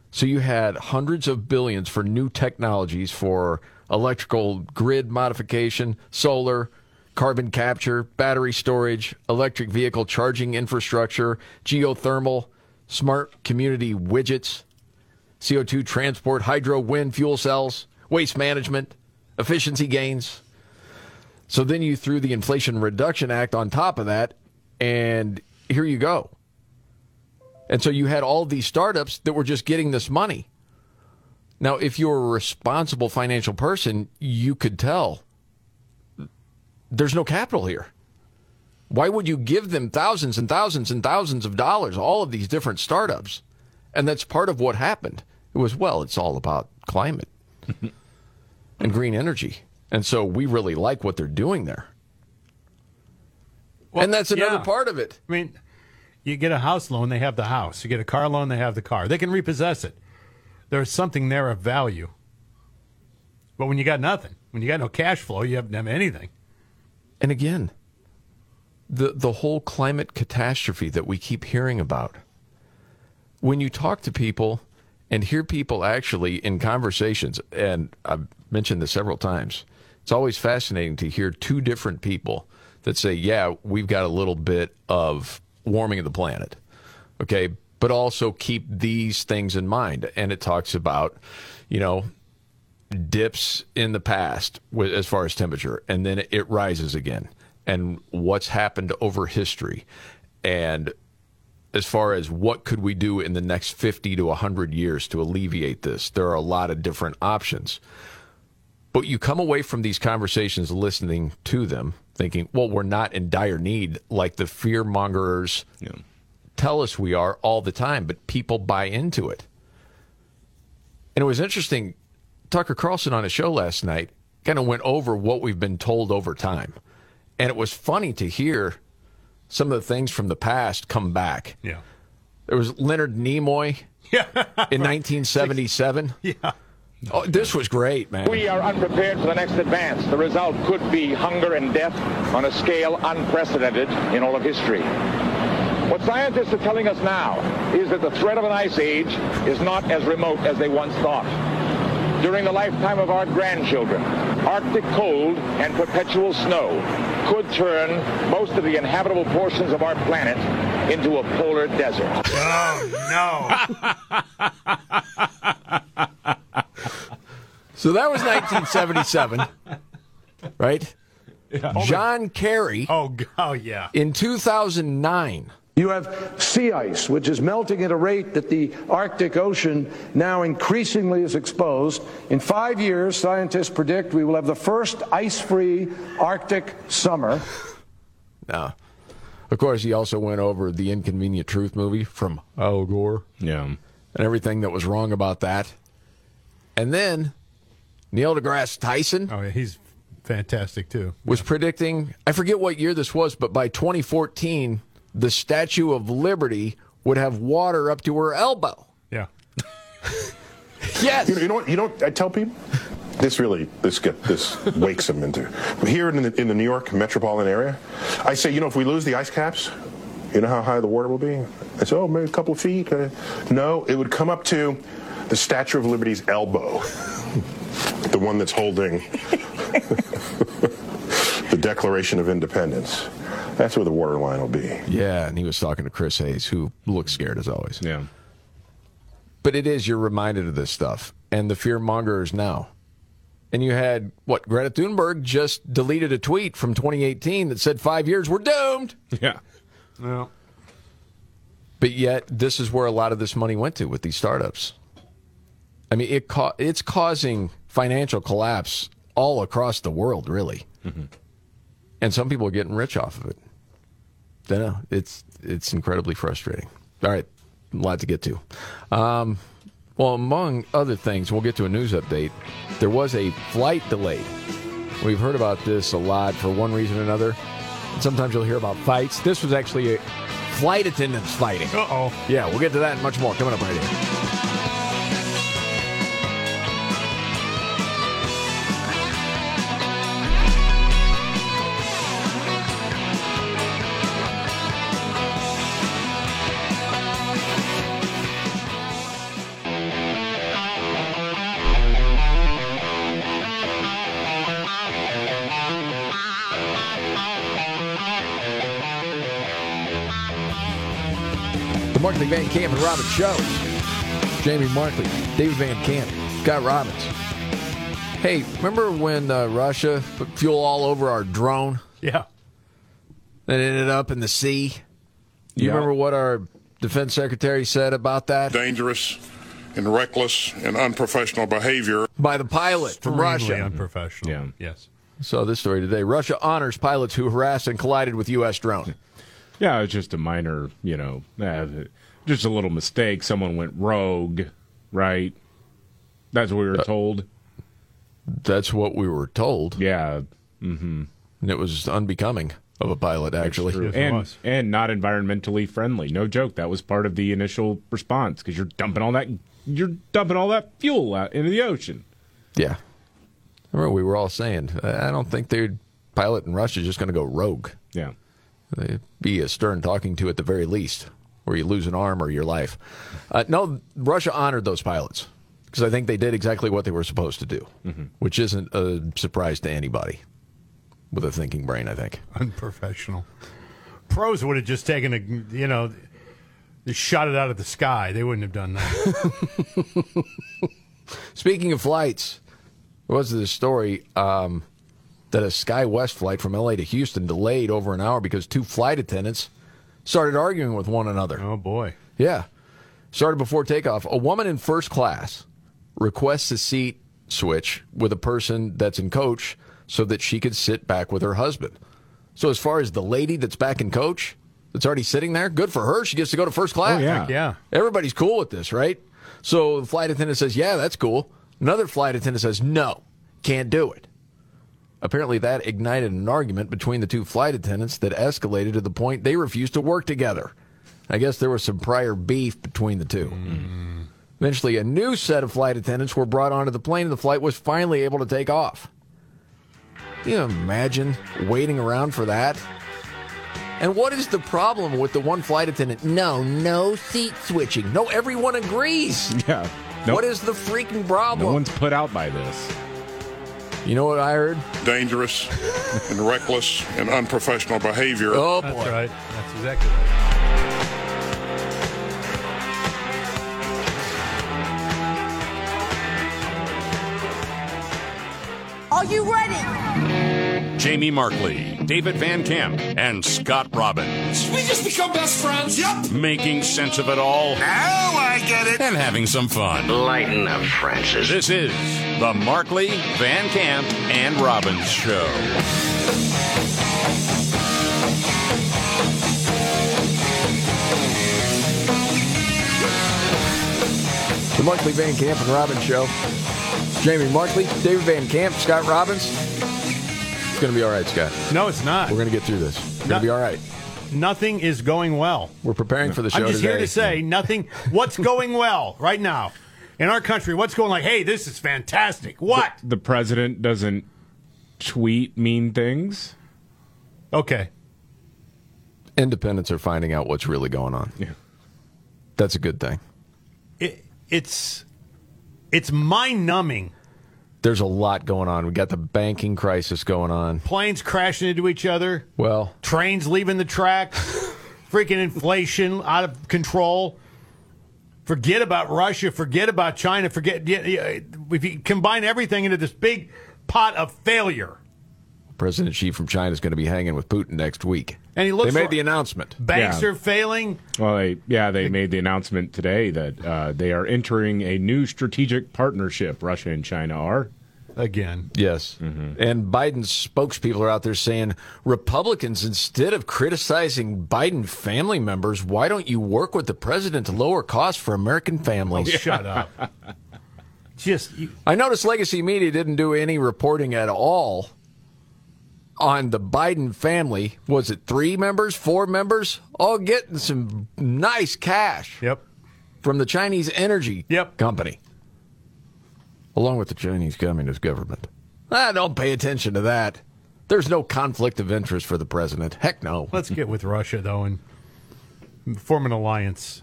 S1: So you had hundreds of billions for new technologies for electrical grid modification, solar, carbon capture, battery storage, electric vehicle charging infrastructure, geothermal, smart community widgets, CO2 transport, hydro, wind, fuel cells, waste management, efficiency gains. So then you threw the Inflation Reduction Act on top of that, and here you go. And so you had all these startups that were just getting this money. Now, if you're a responsible financial person, you could tell there's no capital here. Why would you give them thousands and thousands and thousands of dollars, all of these different startups? And that's part of what happened. It was, well, it's all about climate and green energy. And so we really like what they're doing there. Well, and that's another
S5: yeah.
S1: part of it.
S5: I mean, you get a house loan, they have the house. You get a car loan, they have the car. They can repossess it. There's something there of value. But when you got nothing, when you got no cash flow, you haven't have anything.
S1: And again, the the whole climate catastrophe that we keep hearing about. When you talk to people and hear people actually in conversations, and I've mentioned this several times, it's always fascinating to hear two different people that say, "Yeah, we've got a little bit of warming of the planet." Okay, but also keep these things in mind. And it talks about, you know, dips in the past with, as far as temperature, and then it rises again, and what's happened over history, and as far as what could we do in the next 50 to 100 years to alleviate this there are a lot of different options but you come away from these conversations listening to them thinking well we're not in dire need like the fear mongers tell us we are all the time but people buy into it and it was interesting Tucker Carlson on a show last night kind of went over what we've been told over time. And it was funny to hear some of the things from the past come back.
S5: Yeah.
S1: There was Leonard Nimoy
S5: [laughs]
S1: in 1977.
S5: Yeah.
S1: Oh, this was great, man. [laughs]
S13: We are unprepared for the next advance. The result could be hunger and death on a scale unprecedented in all of history. What scientists are telling us now is that the threat of an ice age is not as remote as they once thought. During the lifetime of our grandchildren, Arctic cold and perpetual snow could turn most of the inhabitable portions of our planet into a polar desert.
S5: Oh,
S1: So that was 1977, right? John Kerry.
S5: Oh, g- oh yeah.
S1: In 2009.
S14: You have sea ice, which is melting at a rate that the Arctic Ocean now increasingly is exposed. In five years, scientists predict we will have the first ice free Arctic summer.
S1: No. Of course, he also went over the Inconvenient Truth movie from Al Gore.
S4: Yeah. And
S1: everything that was wrong about that. And then Neil deGrasse Tyson.
S5: Oh, yeah, he's fantastic too.
S1: was predicting, I forget what year this was, but by 2014, the Statue of Liberty would have water up to her elbow.
S5: Yeah.
S1: [laughs] Yes.
S15: You know, you know what? You know what I tell people? This really, this get, this wakes them into. Here in the, in the New York metropolitan area, I say, you know, if we lose the ice caps, you know how high the water will be? I say, oh, maybe a couple of feet. Uh, no, it would come up to the Statue of Liberty's elbow, [laughs] the one that's holding [laughs] the Declaration of Independence. That's where the water line will be.
S1: Yeah, and he was talking to Chris Hayes, who looked scared as always.
S4: Yeah.
S1: But it is, you're reminded of this stuff and the fear mongers now. And you had, what, Greta Thunberg just deleted a tweet from 2018 that said, five years, we're doomed.
S4: Yeah.
S5: Well,
S1: But yet, this is where a lot of this money went to with these startups. I mean, it ca- it's causing financial collapse all across the world, really.
S4: Mm-hmm.
S1: And some people are getting rich off of it. Dunno. It's it's incredibly frustrating. All right, a lot to get to. Um, well, among other things, we'll get to a news update. There was a flight delay. We've heard about this a lot for one reason or another. Sometimes you'll hear about fights. This was actually a flight attendants fighting.
S5: Uh oh.
S1: Yeah, we'll get to that and much more coming up right here. The Mark Van Camp and Robbins Show. Jamie Markley, David Van Camp, Scott Robbins. Hey, remember when uh, Russia put fuel all over our drone
S5: Yeah.
S1: that ended up in the sea? You yeah. remember what our defense secretary said about that?
S16: Dangerous and reckless and unprofessional behavior
S1: by the pilot from
S5: Extremely
S1: Russia.
S5: Unprofessional. Yeah. Yes.
S1: So this story today: Russia honors pilots who harassed and collided with U.S. drone.
S4: Yeah, it's just a minor, you know, uh, just a little mistake. Someone went rogue, right? That's what we were told.
S1: Uh, That's what we were told.
S4: Yeah. Mm-hmm.
S1: And it was unbecoming of a pilot, actually,
S4: yes, and and not environmentally friendly. No joke. That was part of the initial response because you're dumping all that you're dumping all that fuel out into the ocean.
S1: Yeah. I remember we were all saying, I don't think the pilot in Russia is just going to go rogue.
S4: Yeah.
S1: They'd be a stern talking to at the very least, or you lose an arm or your life. Uh, no, Russia honored those pilots because I think they did exactly what they were supposed to do, mm-hmm. which isn't a surprise to anybody with a thinking brain, I think.
S5: Unprofessional. Pros would have just taken a, you know, they shot it out of the sky. They wouldn't have done that.
S1: Speaking of flights, there was this story um, that a SkyWest flight from LA to Houston delayed over an hour because two flight attendants started arguing with one another.
S5: Oh, boy.
S1: Yeah. Started before takeoff. A woman in first class requests a seat switch with a person that's in coach so that she could sit back with her husband. So, as far as the lady that's back in coach, that's already sitting there. Good for her. She gets to go to first class.
S5: Oh, yeah. Like, yeah.
S1: Everybody's cool with this, right? So the flight attendant says, Yeah, that's cool. Another flight attendant says, No, can't do it. Apparently, that ignited an argument between the two flight attendants that escalated to the point they refused to work together. I guess there was some prior beef between the two.
S4: Mm-hmm.
S1: Mm. Eventually, a new set of flight attendants were brought onto the plane, and the flight was finally able to take off. Can you imagine waiting around for that? And what is the problem with the one flight attendant? No, no seat switching. No, everyone agrees.
S4: [laughs] Yeah.
S1: Nope. What is the freaking problem?
S4: No one's put out by this.
S1: You know what I heard?
S16: Dangerous and reckless and unprofessional behavior.
S1: [laughs] Oh,
S5: That's
S1: boy.
S5: right. That's exactly right.
S17: Are you ready?
S18: Jamie Markley. David Van Camp, and Scott Robbins.
S19: We just become best friends. Yep.
S18: Making sense of it all.
S19: Now I get it.
S18: And having some fun.
S20: Lighten up, Francis.
S18: This is the Markley, Van Camp, and Robbins Show.
S1: The Markley, Van Camp, and Robbins Show. Jamie Markley, David Van Camp, Scott Robbins going to be all right, Scott.
S5: No, it's not.
S1: We're going to get through this. It's no, going to be all right.
S5: Nothing is going well.
S1: We're preparing for the show.
S5: I'm just
S1: today.
S5: here to say nothing. What's going well right now in our country? What's going like? Hey, this is fantastic. What?
S4: The, the president doesn't tweet mean things.
S5: Okay.
S1: Independents are finding out what's really going on.
S4: Yeah,
S1: that's a good thing.
S5: It, it's it's mind numbing
S1: there's a lot going on. We got the banking crisis going on.
S5: Planes crashing into each other.
S1: Well,
S5: trains leaving the tracks. freaking inflation out of control. Forget about Russia. Forget about China. Forget if you combine everything into this big pot of failure.
S1: President Xi from China is going to be hanging with Putin next week. And he looks. They made the announcement.
S5: Banks yeah. are failing.
S4: Well, they, yeah, they made the announcement today that uh, they are entering a new strategic partnership. Russia and China are
S5: again.
S1: Yes, mm-hmm. and Biden's spokespeople are out there saying Republicans, instead of criticizing Biden family members, why don't you work with the president to lower costs for American families?
S5: Oh, [laughs] shut up. Just you...
S1: I noticed Legacy Media didn't do any reporting at all on the Biden family. Was it three members, four members, all getting some nice cash?
S5: Yep.
S1: From the Chinese energy
S5: yep.
S1: company, along with the Chinese Communist government. Ah, don't pay attention to that. There's no conflict of interest for the president. Heck no.
S5: Let's get with Russia though and form an alliance.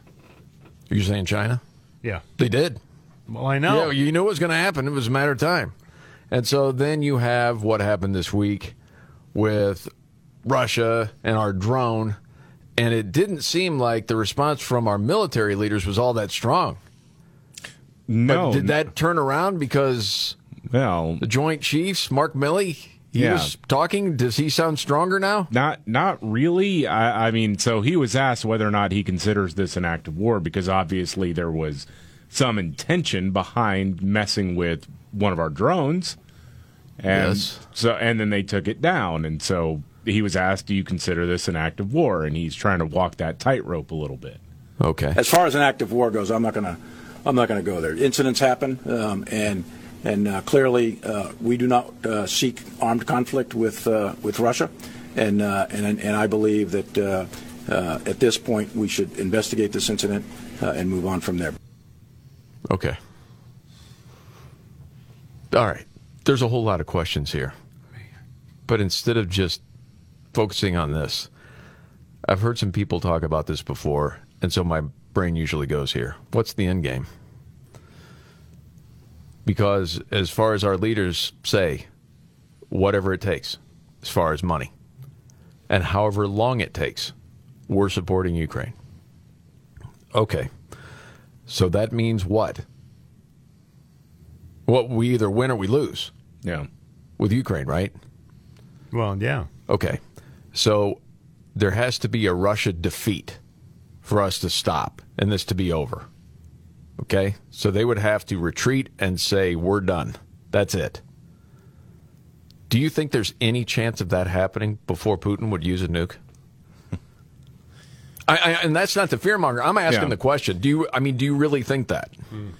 S1: Are you saying China?
S5: Yeah,
S1: they did.
S5: Well, I know.
S1: Yeah, you knew it was going to happen. It was a matter of time. And so then you have what happened this week with Russia and our drone, and it didn't seem like the response from our military leaders was all that strong.
S4: No,
S1: but did that turn around because
S4: well,
S1: the Joint Chiefs, Mark Milley, He yeah. was talking. Does he sound stronger now?
S4: Not, not really. I, I mean, so he was asked whether or not he considers this an act of war because obviously there was some intention behind messing with one of our drones. And yes. so and then they took it down. And so he was asked, Do you consider this an act of war? And he's trying to walk that tightrope a little bit.
S1: Okay.
S21: As far as an act of war goes, I'm not gonna I'm not gonna go there. Incidents happen um, and and uh, clearly uh, we do not uh, seek armed conflict with uh, with Russia. And, uh, and and I believe that uh, at this point we should investigate this incident uh, and move on from there.
S1: Okay. All right. There's a whole lot of questions here. But instead of just focusing on this, I've heard some people talk about this before, and so my brain usually goes here. What's the end game? Because as far as our leaders say, whatever it takes, as far as money, and however long it takes, we're supporting Ukraine. Okay. So that means what? What we either win or we lose.
S4: Yeah.
S1: With Ukraine, right?
S5: Well, yeah.
S1: Okay. So there has to be a Russia defeat for us to stop and this to be over. Okay? So they would have to retreat and say, we're done. That's it. Do you think there's any chance of that happening before Putin would use a nuke? I, I, and that's not the fearmonger. I'm asking yeah. the question. Do you? I mean, do you really think that?
S5: Hmm.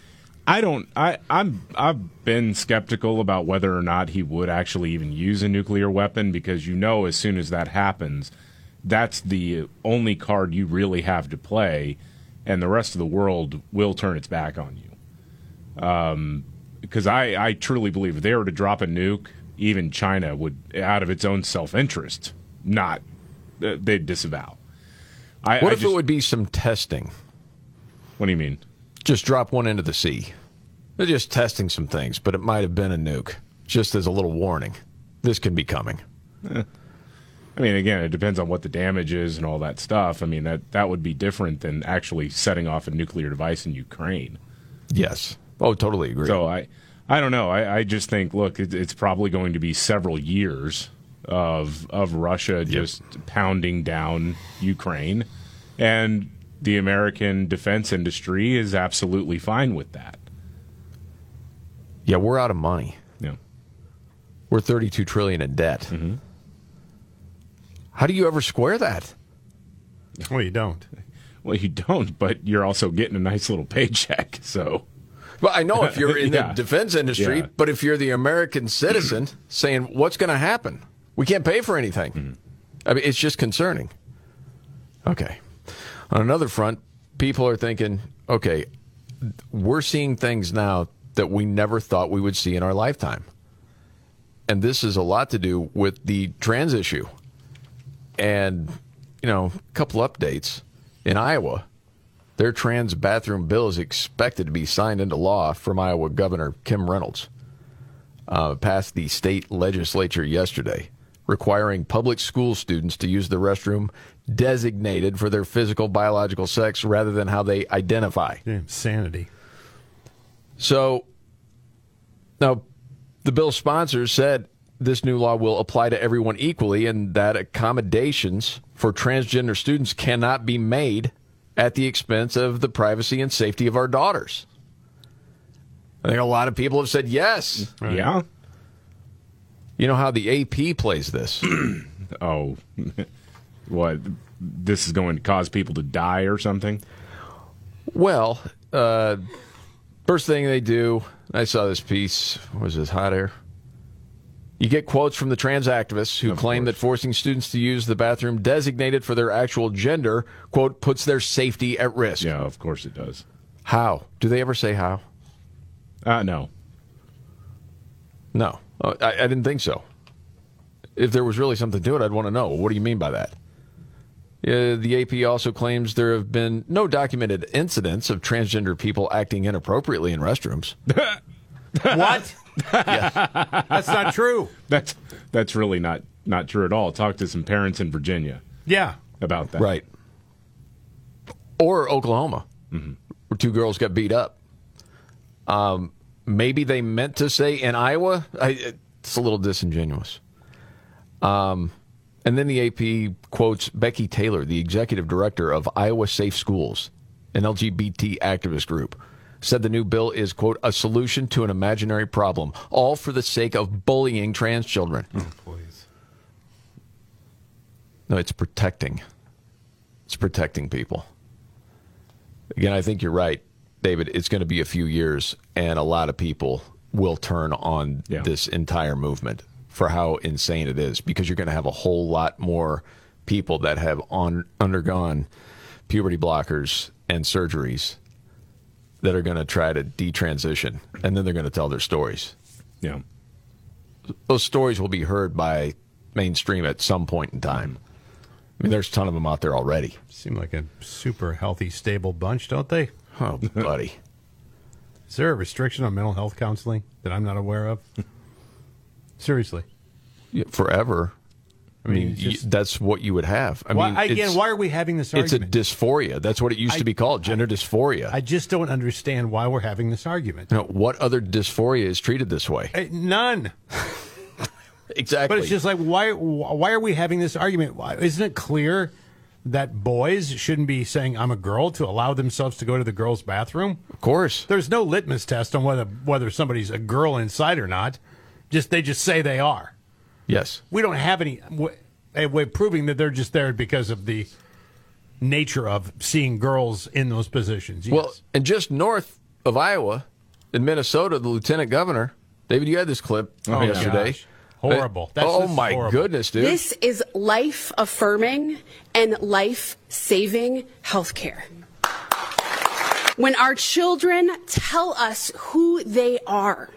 S4: I don't. I I'm I've been skeptical about whether or not he would actually even use a nuclear weapon because you know as soon as that happens, that's the only card you really have to play, and the rest of the world will turn its back on you. Um, because I I truly believe if they were to drop a nuke, even China would out of its own self interest not uh, they'd disavow.
S1: I, what I if just, it would be some testing?
S4: What do you mean?
S1: Just drop one into the sea. They're just testing some things, but it might have been a nuke, just as a little warning. This can be coming.
S4: Eh. I mean, again, it depends on what the damage is and all that stuff. I mean, that, that would be different than actually setting off a nuclear device in Ukraine.
S1: Yes. Oh, totally agree.
S4: So I, I don't know. I, I just think, look, it, it's probably going to be several years of of Russia just yep. pounding down Ukraine, and the American defense industry is absolutely fine with that.
S1: Yeah, we're out of money.
S4: Yeah,
S1: we're thirty two trillion in debt. Mm-hmm. How do you ever square that?
S5: Well, you don't.
S4: Well, you don't, but you're also getting a nice little paycheck. So,
S1: well, I know if you're in yeah. the defense industry, yeah. but if you're the American citizen saying, "What's going to happen?" We can't pay for anything. Mm-hmm. I mean, it's just concerning. Okay. On another front, people are thinking, okay, we're seeing things now that we never thought we would see in our lifetime. And this is a lot to do with the trans issue. And, you know, a couple updates in Iowa. Their trans bathroom bill is expected to be signed into law from Iowa Governor Kim Reynolds. Uh, passed the state legislature yesterday requiring public school students to use the restroom designated for their physical biological sex rather than how they identify.
S5: Insanity.
S1: So now the bill sponsors said this new law will apply to everyone equally and that accommodations for transgender students cannot be made at the expense of the privacy and safety of our daughters. I think a lot of people have said yes.
S4: Right. Yeah.
S1: You know how the AP plays this?
S4: [clears throat] oh, [laughs] what? This is going to cause people to die or something? [laughs]
S1: Well, uh, first thing they do, I saw this piece. Was this hot air? You get quotes from the trans activists who of claim course. that forcing students to use the bathroom designated for their actual gender, quote, puts their safety at risk.
S4: Yeah, of course it does.
S1: How? Do they ever say how?
S4: Uh, no.
S1: No. Uh, I, I, didn't think so. If there was really something to it, I'd want to know. What do you mean by that? Uh, the AP also claims there have been no documented incidents of transgender people acting inappropriately in restrooms. [laughs]
S5: what? yes. That's not true.
S4: That's that's really not not true at all. Talk to some parents in Virginia.
S5: Yeah.
S4: About that.
S1: Right. Or Oklahoma, mm-hmm. where two girls got beat up. Um, maybe they meant to say in Iowa. I, it's a little disingenuous. Um, and then the AP quotes Becky Taylor, the executive director of Iowa Safe Schools, an LGBT activist group, said the new bill is, quote, a solution to an imaginary problem, all for the sake of bullying trans children.
S5: Oh, please.
S1: No, it's protecting. It's protecting people. Again, I think you're right, David. It's going to be a few years, and a lot of people will turn on yeah. this entire movement for how insane it is because you're going to have a whole lot more people that have on, undergone puberty blockers and surgeries that are going to try to detransition and then they're going to tell their stories.
S4: Yeah.
S1: Those stories will be heard by mainstream at some point in time. I mean, there's a ton of them out there already.
S5: Seem like a super healthy, stable bunch, don't they?
S1: Oh, buddy.
S5: [laughs] Is there a restriction on mental health counseling that I'm not aware
S1: [laughs]
S5: of? Seriously.
S1: Yeah, forever. I mean, I mean just, y- that's what you would have. I why, mean,
S5: again, why are we having this argument?
S1: It's a dysphoria. That's what it used I, to be called, gender dysphoria.
S5: I just don't understand why we're having this argument.
S1: Now, what other dysphoria is treated this way?
S5: Uh, none.
S1: [laughs] exactly.
S5: But it's just like why why are we having this argument? Why, isn't it clear that boys shouldn't be saying "I'm a girl" to allow themselves to go to the girls' bathroom?
S1: Of course.
S5: There's no litmus test on whether whether somebody's a girl inside or not. Just they just say they are.
S1: Yes.
S5: We don't have any way of proving that they're just there because of the nature of seeing girls in those positions. Yes.
S1: Well, and just north of Iowa, in Minnesota, the lieutenant governor, David, you had this clip oh, yesterday. Gosh.
S5: Horrible. That's
S1: oh my horrible. goodness, dude.
S22: This is life affirming and life saving health care. When our children tell us who they are,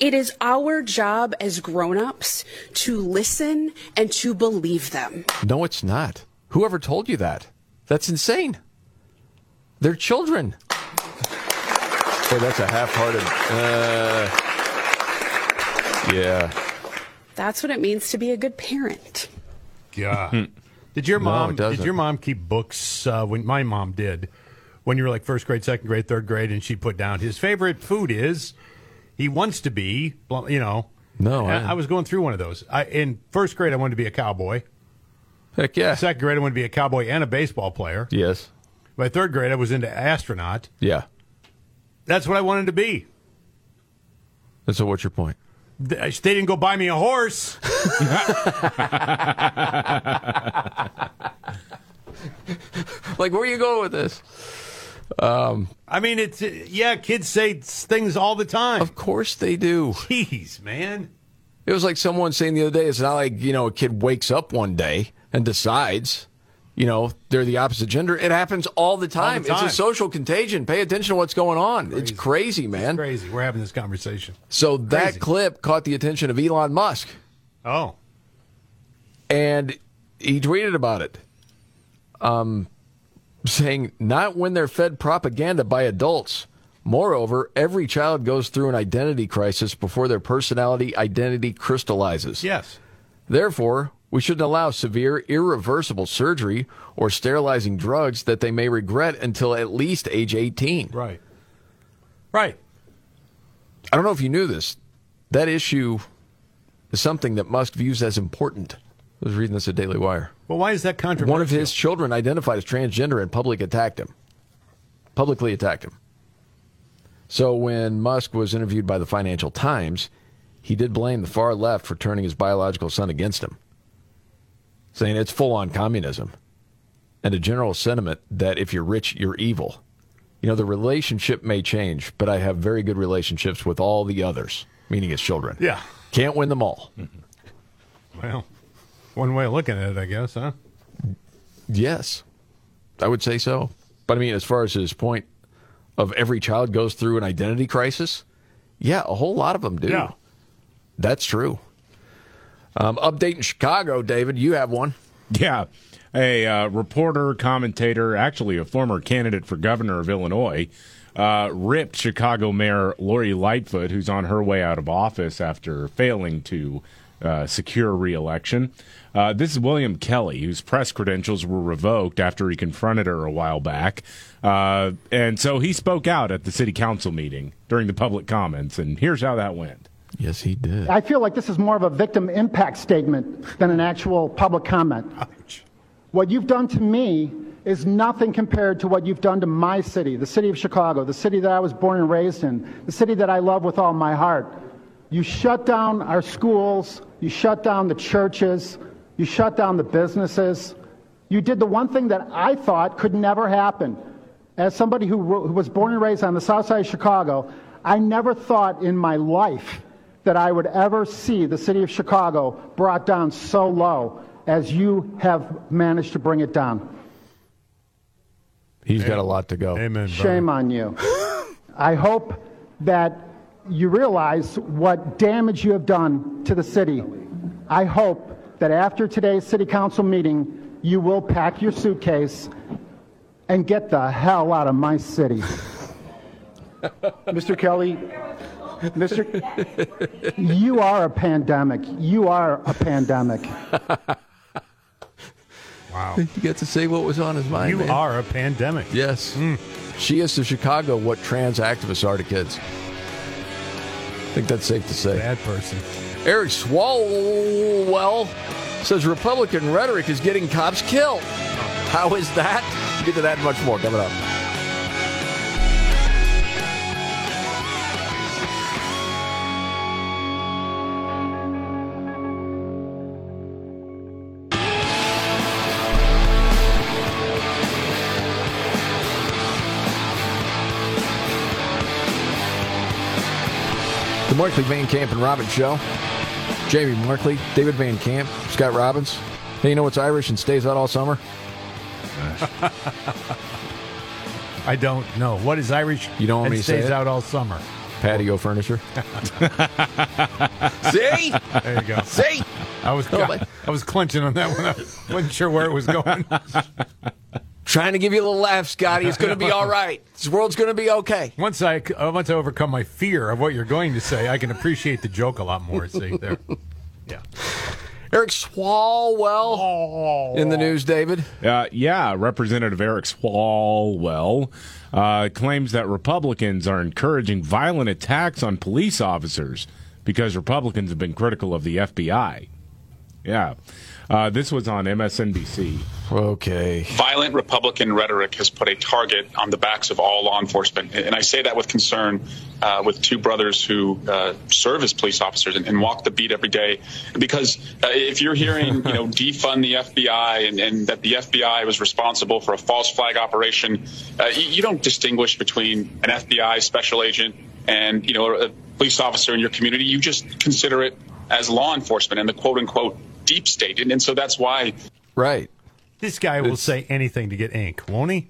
S22: it is our job as grown-ups to listen and to believe them.
S1: No, it's not. Whoever told you that? That's insane. They're children. Boy, that's a half-hearted. Uh, yeah.
S22: That's what it means to be a good parent.
S5: Yeah. did your mom? No, did your mom keep books? Uh, when my mom did, when you were like first grade, second grade, third grade, and she put down his favorite food is he wants to be, you know.
S1: No,
S5: I, I, was going through one of those. I, in first grade, I wanted to be a cowboy.
S1: Heck yeah.
S5: In second grade, I wanted to be a cowboy and a baseball player.
S1: Yes.
S5: By third grade, I was into astronaut.
S1: Yeah.
S5: That's what I wanted to be.
S1: And so, what's your point?
S5: uh, They didn't go buy me a horse. [laughs]
S1: like, where are you going with this?
S5: Um, I mean, it's yeah. Kids say things all the time.
S1: Of course they do.
S5: Jeez, man.
S1: It was like someone saying the other day. It's not like you know a kid wakes up one day and decides, you know, they're the opposite gender. It happens all the time. All the time. It's a social contagion. Pay attention to what's going on. Crazy. It's crazy, man. It's
S5: crazy. We're having this conversation.
S1: So
S5: crazy.
S1: that clip caught the attention of Elon Musk.
S5: Oh.
S1: And he tweeted about it. Um saying not when they're fed propaganda by adults. Moreover, every child goes through an identity crisis before their personality identity crystallizes.
S5: Yes.
S1: Therefore, we shouldn't allow severe, irreversible surgery or sterilizing drugs that they may regret until at least age 18.
S5: Right. Right.
S1: I don't know if you knew this. That issue is something that Musk views as important. I was reading this at Daily Wire.
S5: Well, why is that controversial?
S1: One of his children identified as transgender and public attacked him. Publicly attacked him. So when Musk was interviewed by the Financial Times, he did blame the far left for turning his biological son against him, saying it's full on communism and a general sentiment that if you're rich, you're evil. You know, the relationship may change, but I have very good relationships with all the others, meaning his children.
S5: Yeah.
S1: Can't win them all.
S5: Mm-hmm. Well, one way of looking at it, I guess, huh?
S1: Yes, I would say so. But I mean, as far as his point of every child goes through an identity crisis, yeah, a whole lot of them do.
S5: Yeah.
S1: That's true. Um, update in Chicago, David, you have one.
S4: Yeah. A uh, reporter, commentator, actually a former candidate for governor of Illinois, uh, ripped Chicago Mayor Lori Lightfoot, who's on her way out of office after failing to uh, secure reelection. Uh, this is William Kelly, whose press credentials were revoked after he confronted her a while back. Uh, and so he spoke out at the city council meeting during the public comments, and here's how that went.
S1: Yes, he did.
S3: I feel like this is more of a victim impact statement than an actual public comment. What you've done to me is nothing compared to what you've done to my city, the city of Chicago, the city that I was born and raised in, the city that I love with all my heart. You shut down our schools, you shut down the churches, you shut down the businesses. You did the one thing that I thought could never happen. As somebody who, who was born and raised on the south side of Chicago, I never thought in my life that I would ever see the city of Chicago brought down so low as you have managed to bring it down.
S1: He's Amen. got a lot to go.
S4: Amen.
S3: Shame
S4: brother.
S3: on you. I hope that you realize what damage you have done to the city. I hope that after today's city council meeting, you will pack your suitcase and get the hell out of my city. Mr. Kelly, Mr. you are a pandemic. You are a pandemic.
S1: wow. You get to say what was on his mind.
S5: You
S1: man.
S5: are a pandemic. Hmm.
S1: Yes. Mm. She is to Chicago what trans activists are to kids. I think that's safe to say.
S5: Bad person.
S1: Eric Swalwell says Republican rhetoric is getting cops killed. How is that? We'll get to that and much more coming up. The Markley Van Camp and Robbins Show. Jamie Markley, David Van Camp, Scott Robbins. Hey, you know what's Irish and stays out
S5: [laughs]
S1: all summer?
S5: I don't know. What is Irish?
S1: You don't want
S5: and
S1: me to
S5: stays
S1: say it?
S5: out all summer. [laughs]
S1: Patio furniture. [laughs]
S5: See? There you go.
S1: See?
S5: I was I, I was clenching on that one. I wasn't sure where it was going.
S1: [laughs] Trying to give you a little laugh, Scotty. It's going
S5: [laughs]
S1: to be all right. This world's going to be okay.
S5: Once I uh, once I overcome my fear of what you're going to say, I can appreciate the joke a lot more. See there, yeah.
S1: Eric Swalwell oh. in the news, David.
S4: Uh, yeah, Representative Eric Swalwell uh, claims that Republicans are encouraging violent attacks on police officers because Republicans have been critical of the FBI. Yeah. Uh, this was on MSNBC.
S1: Okay.
S20: Violent Republican rhetoric has put a target on the backs of all law enforcement. And I say that with concern uh, with two brothers who uh, serve as police officers and, and, walk the beat every day. Because uh, if you're hearing, you know, defund the FBI and, and, that the FBI was responsible for a false flag operation, you, you, don't distinguish between an FBI special agent and, you know, a police officer in your community. You just consider it as law enforcement and the quote unquote deep state. And, and, so that's why.
S1: [laughs] Right.
S5: This guy will it's, say anything to get ink, won't he?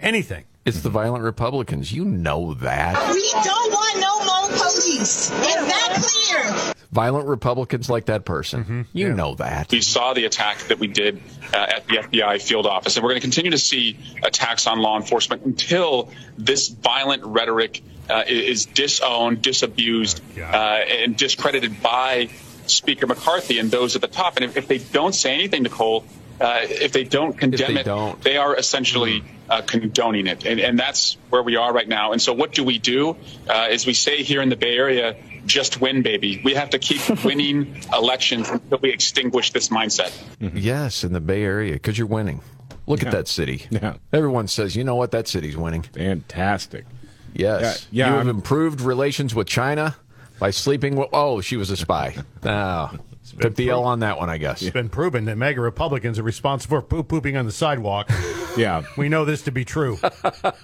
S5: Anything.
S1: It's the violent Republicans. You know that.
S23: We don't want no more police. Is that clear?
S1: Violent Republicans like that person. Mm-hmm. You yeah. know that.
S20: We saw the attack that we did uh, at the FBI field office, and we're going to continue to see attacks on law enforcement until this violent rhetoric uh, is disowned, disabused, oh, uh, and discredited by Speaker McCarthy and those at the top. And if, if they don't say anything, Nicole, uh, if they don't condemn
S1: they
S20: it,
S1: don't.
S20: they are essentially uh, condoning it. And, and, that's where we are right now. And so, what do we do? Uh, as we say here in the Bay Area, just win, baby. We have to keep winning elections until we extinguish this mindset.
S1: Mm-hmm. Yes, in the Bay Area, because you're winning. Look yeah. at that city.
S4: Yeah.
S1: Everyone says, you know what? That city's winning.
S4: Fantastic.
S1: Yes.
S4: Yeah, yeah
S1: you have I'm... improved relations with China. By sleeping with, oh, she was a spy. Oh, took the L on that one, I guess.
S5: It's been proven that mega Republicans are responsible for poop pooping on the
S1: [laughs]
S5: sidewalk.
S4: yeah.
S5: We know this to be true. that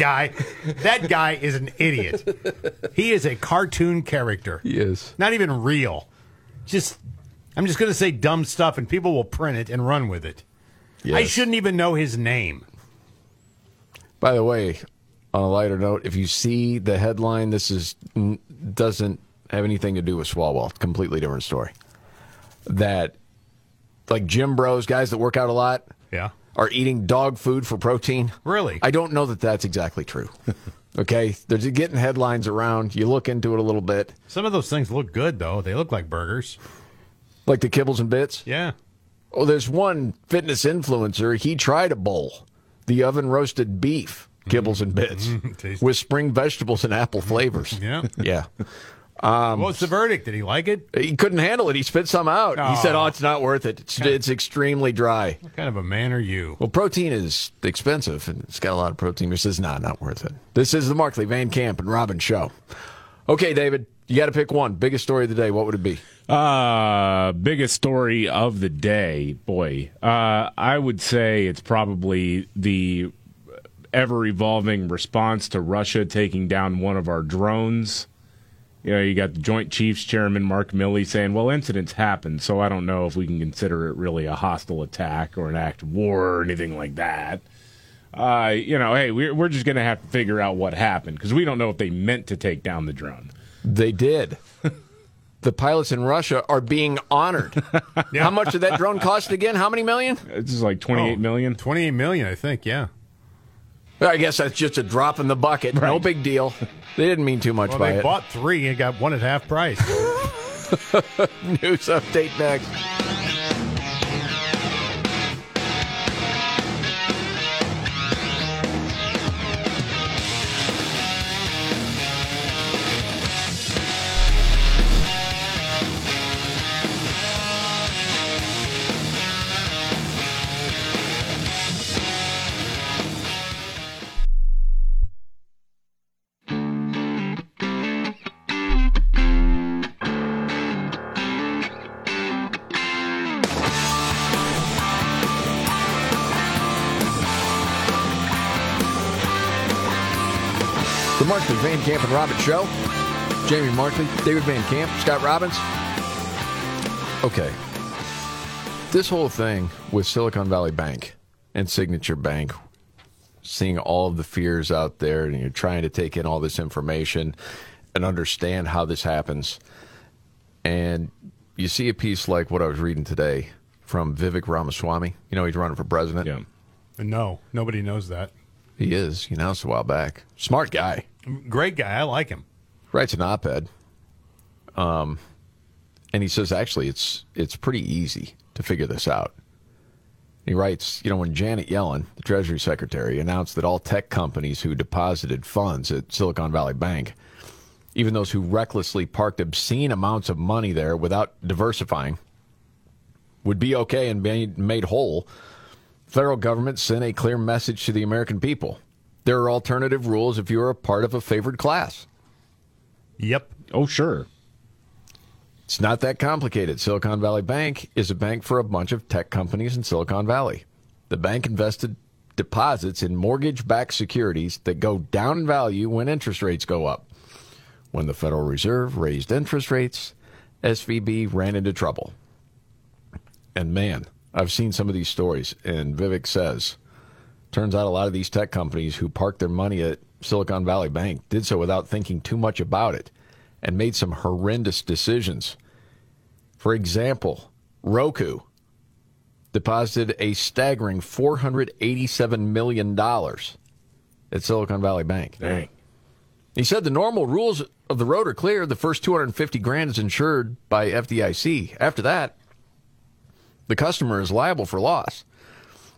S5: guy, that guy is an idiot. He is a cartoon character.
S1: He is.
S5: Not even real. Just, I'm just going to say dumb stuff and people will print it and run with it. Yes. I shouldn't even know his name.
S1: By the way, on a lighter note, if you see the headline, this is doesn't have anything to do with Swalwell. Completely different story. That like gym bros, guys that work out a lot,
S5: yeah,
S1: are eating dog food for protein.
S5: Really?
S1: I don't know that that's
S5: [laughs]
S1: exactly true. okay, they're getting headlines around. You look into it a little bit.
S5: Some of those things look good though. They look like burgers.
S1: Like the kibbles and bits?
S5: Yeah.
S1: Oh, there's one fitness influencer, he tried a bowl, the oven roasted beef
S5: Mm-hmm.
S1: kibbles and
S5: [laughs]
S1: bits with spring vegetables and apple flavors.
S5: Yeah.
S1: Yeah.
S5: Um,
S1: Mm.
S5: What's the verdict? Did he like it?
S1: He couldn't handle it. He spit some out. He said, "Oh, it's not worth it. It's, it's extremely dry."
S5: What kind of a man are you?
S1: Well, protein is expensive, and it's got a lot of protein. This is not not worth it. This is the Markley Van Camp and Robin show. Okay, David, you got to pick one. Biggest story of the day. What would it be? [laughs]
S4: Uh, biggest story of the day, boy. Uh, I would say it's probably the ever evolving response to Russia taking down one of our drones. You know, you got the Joint Chiefs Chairman Mark Milley saying, well, incidents happen, so I don't know if we can consider it really a hostile attack or an act of war or anything like that. Uh, you know, hey, we're, we're just going to have to figure out what happened because we don't know if they meant to take down the drone. [laughs]
S1: They did. the pilots in Russia are being
S5: [laughs]
S1: honored. How much did that drone cost again? How many million?
S4: This is like twenty-eight
S5: Oh,
S4: million.
S5: 28 million, I think, yeah.
S1: I guess that's just a drop in the bucket. No big deal. They didn't mean too much
S5: Well,
S1: by
S5: they
S1: it.
S5: bought three and got one at half price.
S1: [laughs] News update next. The Markley Van Camp and Robbins Show. Jamie Markley, David Van Camp, Scott Robbins. Okay. This whole thing with Silicon Valley Bank and Signature Bank, seeing all of the fears out there, and you're trying to take in all this information and understand how this happens. And you see a piece like what I was reading today from Vivek Ramaswamy. You know, he's running for president. Yeah.
S5: no, nobody knows that.
S1: He is. He announced a while back. Smart guy.
S5: Great guy. I like him.
S1: writes an op-ed, um, and he says actually it's it's pretty easy to figure this out. He writes, you know, when Janet Yellen, the Treasury Secretary, announced that all tech companies who deposited funds at Silicon Valley Bank, even those who recklessly parked obscene amounts of money there without diversifying, would be okay and made, made whole, federal government sent a clear message to the American people. There are alternative rules if you are a part of a favored class.
S5: Yep.
S4: Oh, sure.
S1: It's not that complicated. Silicon Valley Bank is a bank for a bunch of tech companies in Silicon Valley. The bank invested deposits in mortgage backed securities that go down in value when interest rates go up. When the Federal Reserve raised interest rates, SVB ran into trouble. And man, I've seen some of these stories, and Vivek says, turns out a lot of these tech companies who parked their money at Silicon Valley Bank did so without thinking too much about it and made some horrendous decisions. For example, Roku deposited a staggering $487 million at Silicon Valley Bank.
S4: Dang.
S1: He said the normal rules of the road are clear. The first 250 grand is insured by FDIC. After that, the customer is liable for loss.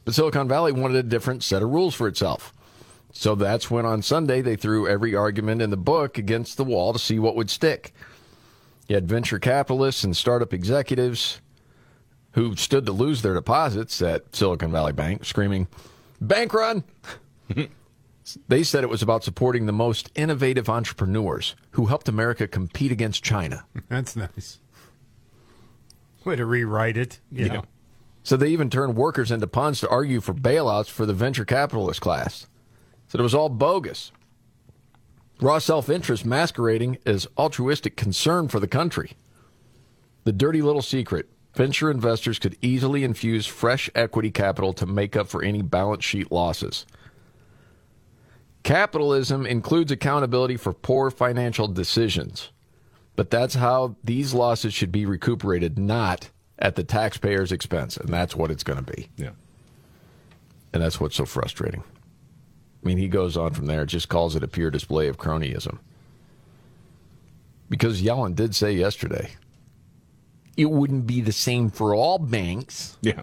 S1: But Silicon Valley wanted a different set of rules for itself. So that's when on Sunday they threw every argument in the book against the wall to see what would stick. You had venture capitalists and startup executives who stood to lose their deposits at Silicon Valley Bank, screaming,
S5: [laughs]
S1: Bank run! they said it was about supporting the most innovative entrepreneurs who helped America compete against China.
S5: That's nice. Way to rewrite it. Yeah.
S1: So they even turned workers into pawns to argue for bailouts for the venture capitalist class. So it was all bogus. Raw self interest masquerading as altruistic concern for the country. The dirty little secret venture investors could easily infuse fresh equity capital to make up for any balance sheet losses. Capitalism includes accountability for poor financial decisions, but that's how these losses should be recuperated, not at the taxpayer's expense. And that's what it's going to be.
S4: Yeah.
S1: And that's what's so frustrating. I mean, he goes on from there, just calls it a pure display of cronyism. Because Yellen did say yesterday it wouldn't be the same for all banks.
S4: Yeah.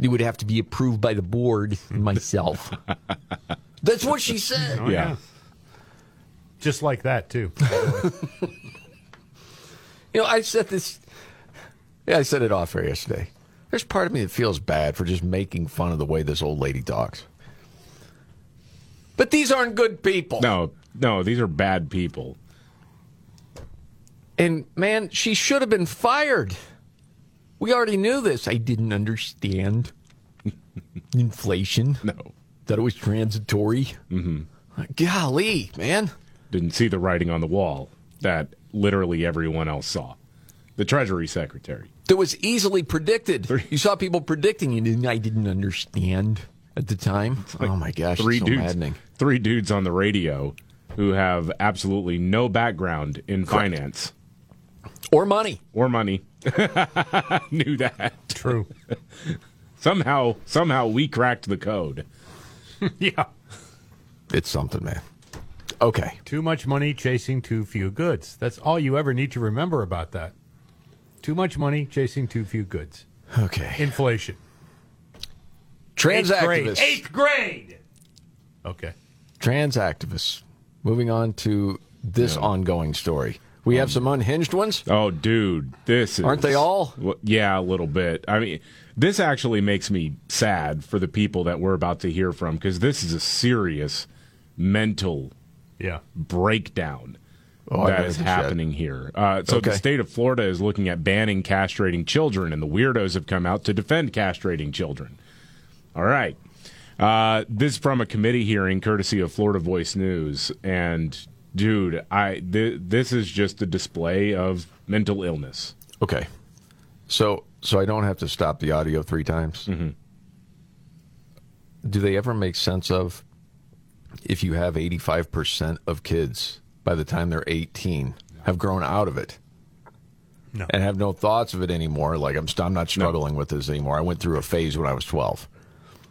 S7: It would have to be approved by
S4: [laughs]
S7: the board and myself. That's what she said.
S4: Oh, yeah. yeah.
S5: Just like that,
S1: [laughs]
S5: too.
S1: you know, I said this. Yeah, I said it off air yesterday. There's part of me that feels bad for just making fun of the way this old lady talks. But these aren't good people.
S4: No, no, these are bad people.
S1: And man, she should have been fired. We already knew this. I
S4: [laughs]
S1: didn't understand inflation.
S4: No.
S1: Thought it was transitory.
S4: Mm-hmm.
S1: Golly, man.
S4: Didn't see the writing on the wall that literally everyone else saw. The Treasury Secretary.
S1: That was easily predicted. You saw people predicting it, and I didn't understand at the time. Like oh my gosh,
S4: three
S1: so
S4: dudes,
S1: maddening.
S4: three dudes on the radio who have absolutely no background in Correct. finance
S1: or money
S4: or money. [laughs] Knew that.
S5: True.
S4: [laughs] somehow, somehow we cracked the code.
S5: [laughs] yeah,
S1: it's something, man. Okay.
S5: Too much money chasing too few goods. That's all you ever need to remember about that. Too much money chasing too few goods.
S1: Okay.
S5: Inflation.
S1: Trans
S5: Eighth
S1: activists.
S5: Grade. Eighth grade. Okay.
S1: Trans activists. Moving on to this yeah. ongoing story. We um, have some unhinged ones.
S4: Oh, dude, this is,
S1: aren't they all?
S4: Well, yeah, a little bit. I mean, this actually makes me sad for the people that we're about to hear from because this is a serious mental
S5: yeah.
S4: breakdown. Oh, that is happening that. here. Uh, so okay. the state of Florida is looking at banning castrating children, and the weirdos have come out to defend castrating children. All right. Uh, this from a committee hearing courtesy of Florida Voice News. And dude, I th- this is just a display of mental illness.
S1: Okay. So so I don't have to stop the audio three times.
S4: Mm-hmm.
S1: Do they ever make sense of if you have 85% of kids by the time they're 18 no. have grown out of it?
S5: No.
S1: And have no thoughts of it anymore. Like I'm, st- I'm not struggling no. with this anymore. I went through a phase when I was 12.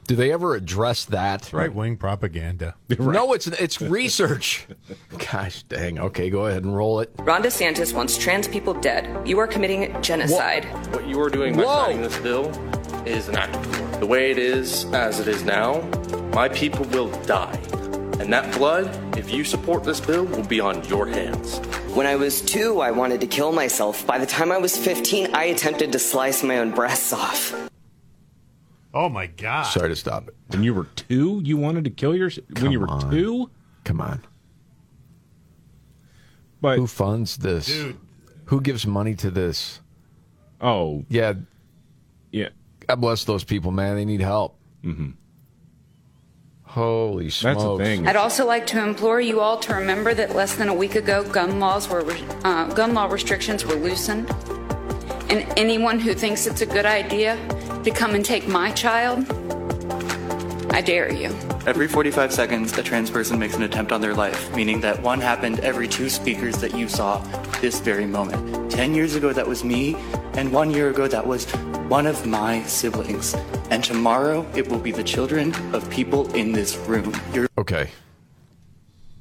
S1: Do they ever address that?
S5: Right wing propaganda.
S1: Right. No, it's it's research. [laughs] Gosh dang. Okay, go ahead and roll it.
S2: Ron DeSantis wants trans people dead. You are committing genocide.
S6: Whoa. What you are doing by Whoa. signing this bill is an act of war. The way it is, as it is now, my people will die. And that blood, if you support this bill, will be on your hands.
S2: When I was two, I wanted to kill myself. By the time I was 15, I attempted to slice my own breasts off.
S5: Oh my god!
S1: Sorry to stop it.
S4: Ah. When you were two, you wanted to kill yourself. When you were
S1: on.
S4: two,
S1: come on.
S4: But
S1: who funds this?
S5: Dude.
S1: Who gives money to this?
S4: Oh
S1: yeah,
S4: yeah.
S1: God bless those people, man. They need help.
S4: Mm-hmm.
S1: Holy smokes!
S4: That's a thing.
S24: I'd also like to implore you all to remember that less than a week ago, gun laws were uh, gun law restrictions were loosened. And anyone who thinks it's a good idea to come and take my child, I dare you.
S6: Every 45 seconds, a trans person makes an attempt on their life, meaning that one happened every two speakers that you saw this very moment. 10 years ago, that was me, and one year ago, that was one of my siblings. And tomorrow, it will be the children of people in this room.
S1: You're- okay.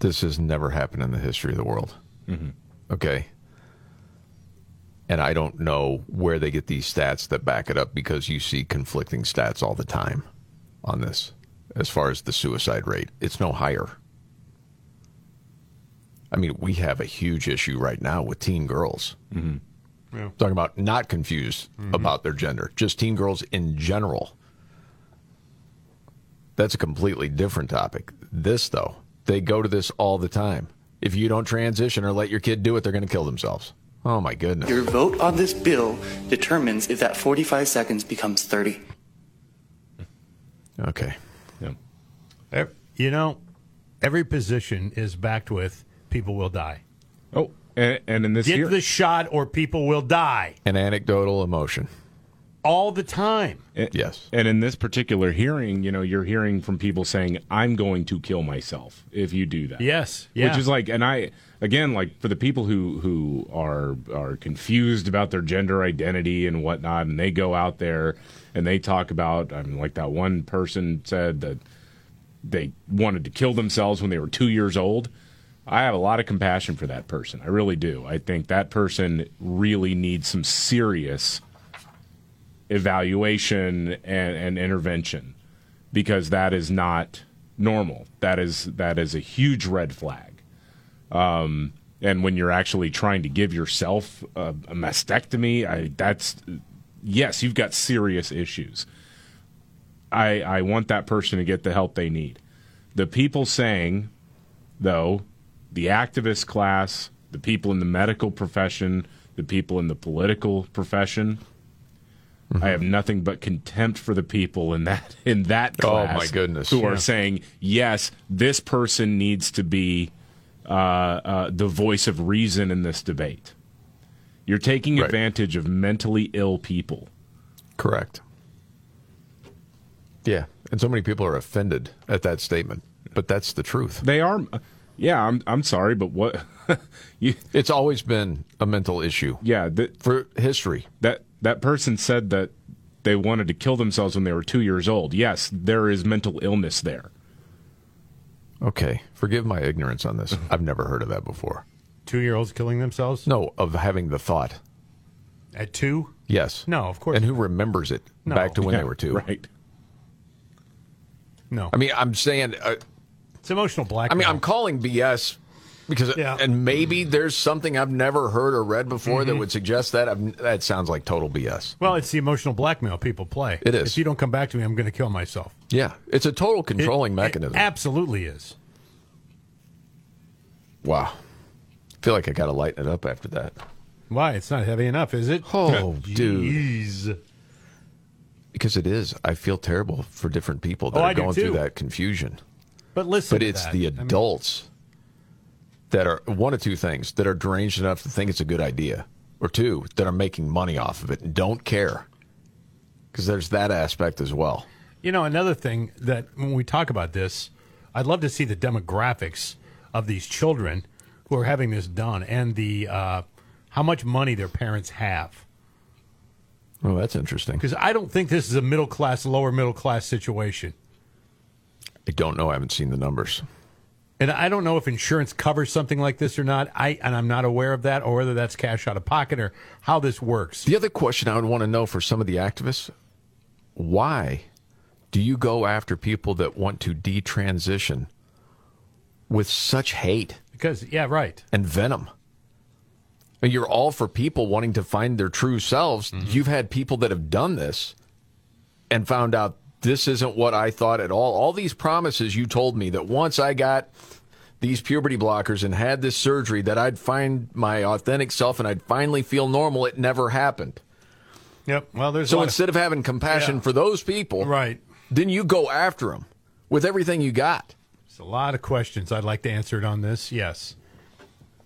S1: This has never happened in the history of the world.
S4: Mm-hmm.
S1: Okay and I don't know where they get these stats that back it up because you see conflicting stats all the time on this as far as the suicide rate. It's no higher. I mean, we have a huge issue right now with teen girls.
S4: Mm-hmm.
S5: Yeah.
S1: Talking about not confused mm-hmm. about their gender, just teen girls in general. That's a completely different topic. This, though, they go to this all the time. If you don't transition or let your kid do it, they're going to kill themselves. Oh my goodness.
S6: Your vote on this bill determines if that 45 seconds becomes 30.
S1: Okay.
S4: Yeah.
S5: You know, every position is backed with people will die.
S4: Oh, and, and in this
S5: Get
S4: year,
S5: the shot or people will die.
S1: An anecdotal emotion.
S5: All the time.
S1: And, yes.
S4: And in this particular hearing, you know, you're hearing from people saying, I'm going to kill myself if you do that.
S5: Yes. Yeah.
S4: Which is like, and I, again, like for the people who who are are confused about their gender identity and whatnot, and they go out there and they talk about, I mean, like that one person said that they wanted to kill themselves when they were two years old. I have a lot of compassion for that person. I really do. I think that person really needs some serious evaluation and, and intervention because that is not normal. That is that is a huge red flag. Um, and when you're actually trying to give yourself a, a mastectomy, I, that's yes, you've got serious issues. I I want that person to get the help they need. The people saying, though, the activist class, the people in the medical profession, the people in the political profession, I have nothing but contempt for the people in that [laughs] in that class.
S1: Oh my goodness!
S4: Who yeah. are saying yes, this person needs to be uh, uh, the voice of reason in this debate. You're taking right. advantage of mentally ill people.
S1: Correct. Yeah, and so many people are offended at that statement, but that's the truth.
S4: They are. Yeah, I'm. I'm sorry, but what? [laughs]
S1: you, it's always been a mental issue.
S4: Yeah, the,
S1: for history.
S4: That that person said that they wanted to kill themselves when they were two years old. Yes, there is mental illness there.
S1: Okay, forgive my ignorance on this. I've never heard of that before.
S5: Two year olds killing themselves?
S1: No, of having the thought.
S5: At two?
S1: Yes.
S5: No, of course.
S1: And who remembers it no. back to when yeah, they were two?
S4: Right.
S5: No.
S1: I mean, I'm saying. Uh,
S5: it's emotional blackmail.
S1: I mean, I'm calling BS because yeah. and maybe there's something I've never heard or read before mm-hmm. that would suggest that. I've, that sounds like total BS.
S5: Well, it's the emotional blackmail people play.
S1: It is.
S5: If you don't come back to me, I'm going to kill myself.
S1: Yeah, it's a total controlling it, mechanism.
S5: It absolutely is.
S1: Wow, I feel like I got to lighten it up after that.
S5: Why? It's not heavy enough, is it?
S1: [laughs] Oh, dude. Because it is. I feel terrible for different people that
S5: oh,
S1: are going
S5: through
S1: that confusion.
S5: But listen,
S1: but it's
S5: that.
S1: the adults. I mean, that are one of two things that are deranged enough to think it's a good idea, or two that are making money off of it and don't care. Because there's that aspect as well.
S5: You know, another thing that when we talk about this, I'd love to see the demographics of these children who are having this done and the uh, how much money their parents have.
S1: Oh, that's interesting.
S5: Because I don't think this is a middle class, lower middle class situation.
S1: I don't know. I haven't seen the numbers.
S5: And I don't know if insurance covers something like this or not. I and I'm not aware of that, or whether that's cash out of pocket or how this works.
S1: The other question I would want to know for some of the activists: Why do you go after people that want to detransition with such hate?
S5: Because yeah, right.
S1: And venom. And you're all for people wanting to find their true selves. Mm-hmm. You've had people that have done this and found out this isn't what I thought at all. All these promises you told me that once I got these puberty blockers and had this surgery that I'd find my authentic self and I'd finally feel normal, it never happened.
S5: Yep. Well, there's
S1: so instead of, of, having compassion yeah. for those people,
S5: right?
S1: Then you go after them with everything you got.
S5: There's a lot of questions I'd like to answer on this. Yes,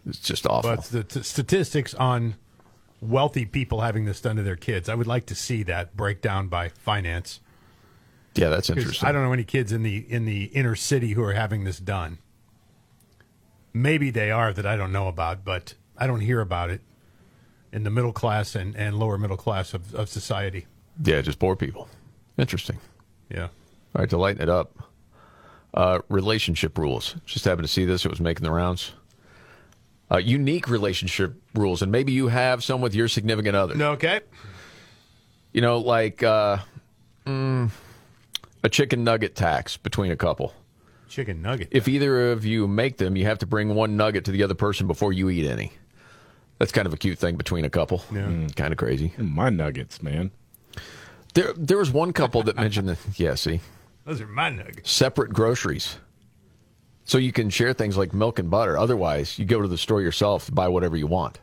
S1: it's just awful.
S5: But the t- statistics on wealthy people having this done to their kids, I would like to see that breakdown by finance.
S1: Yeah, that's interesting.
S5: I don't know any kids in the in the inner city who are having this done. Maybe they are that I don't know about, but I don't hear about it in the middle class and, and lower middle class of, of society.
S1: Yeah, just poor people. Interesting.
S5: Yeah.
S1: All right, to lighten it up, uh, relationship rules. Just happened to see this. It was making the rounds. Uh, unique relationship rules, and maybe you have some with your significant other.
S5: Okay.
S1: You know, like. Uh, mm, a chicken nugget tax between a couple.
S5: Chicken nugget.
S1: [laughs] If either of you make them, you have to bring one nugget to the other person before you eat any. That's kind of a cute thing between a couple.
S5: Yeah. Mm,
S1: kind of crazy.
S4: My nuggets, man.
S1: There, there was one couple that mentioned that. Yeah, see,
S5: those are my nuggets.
S1: Separate groceries, so you can share things like milk and butter. Otherwise, you go to the store yourself to buy whatever you want.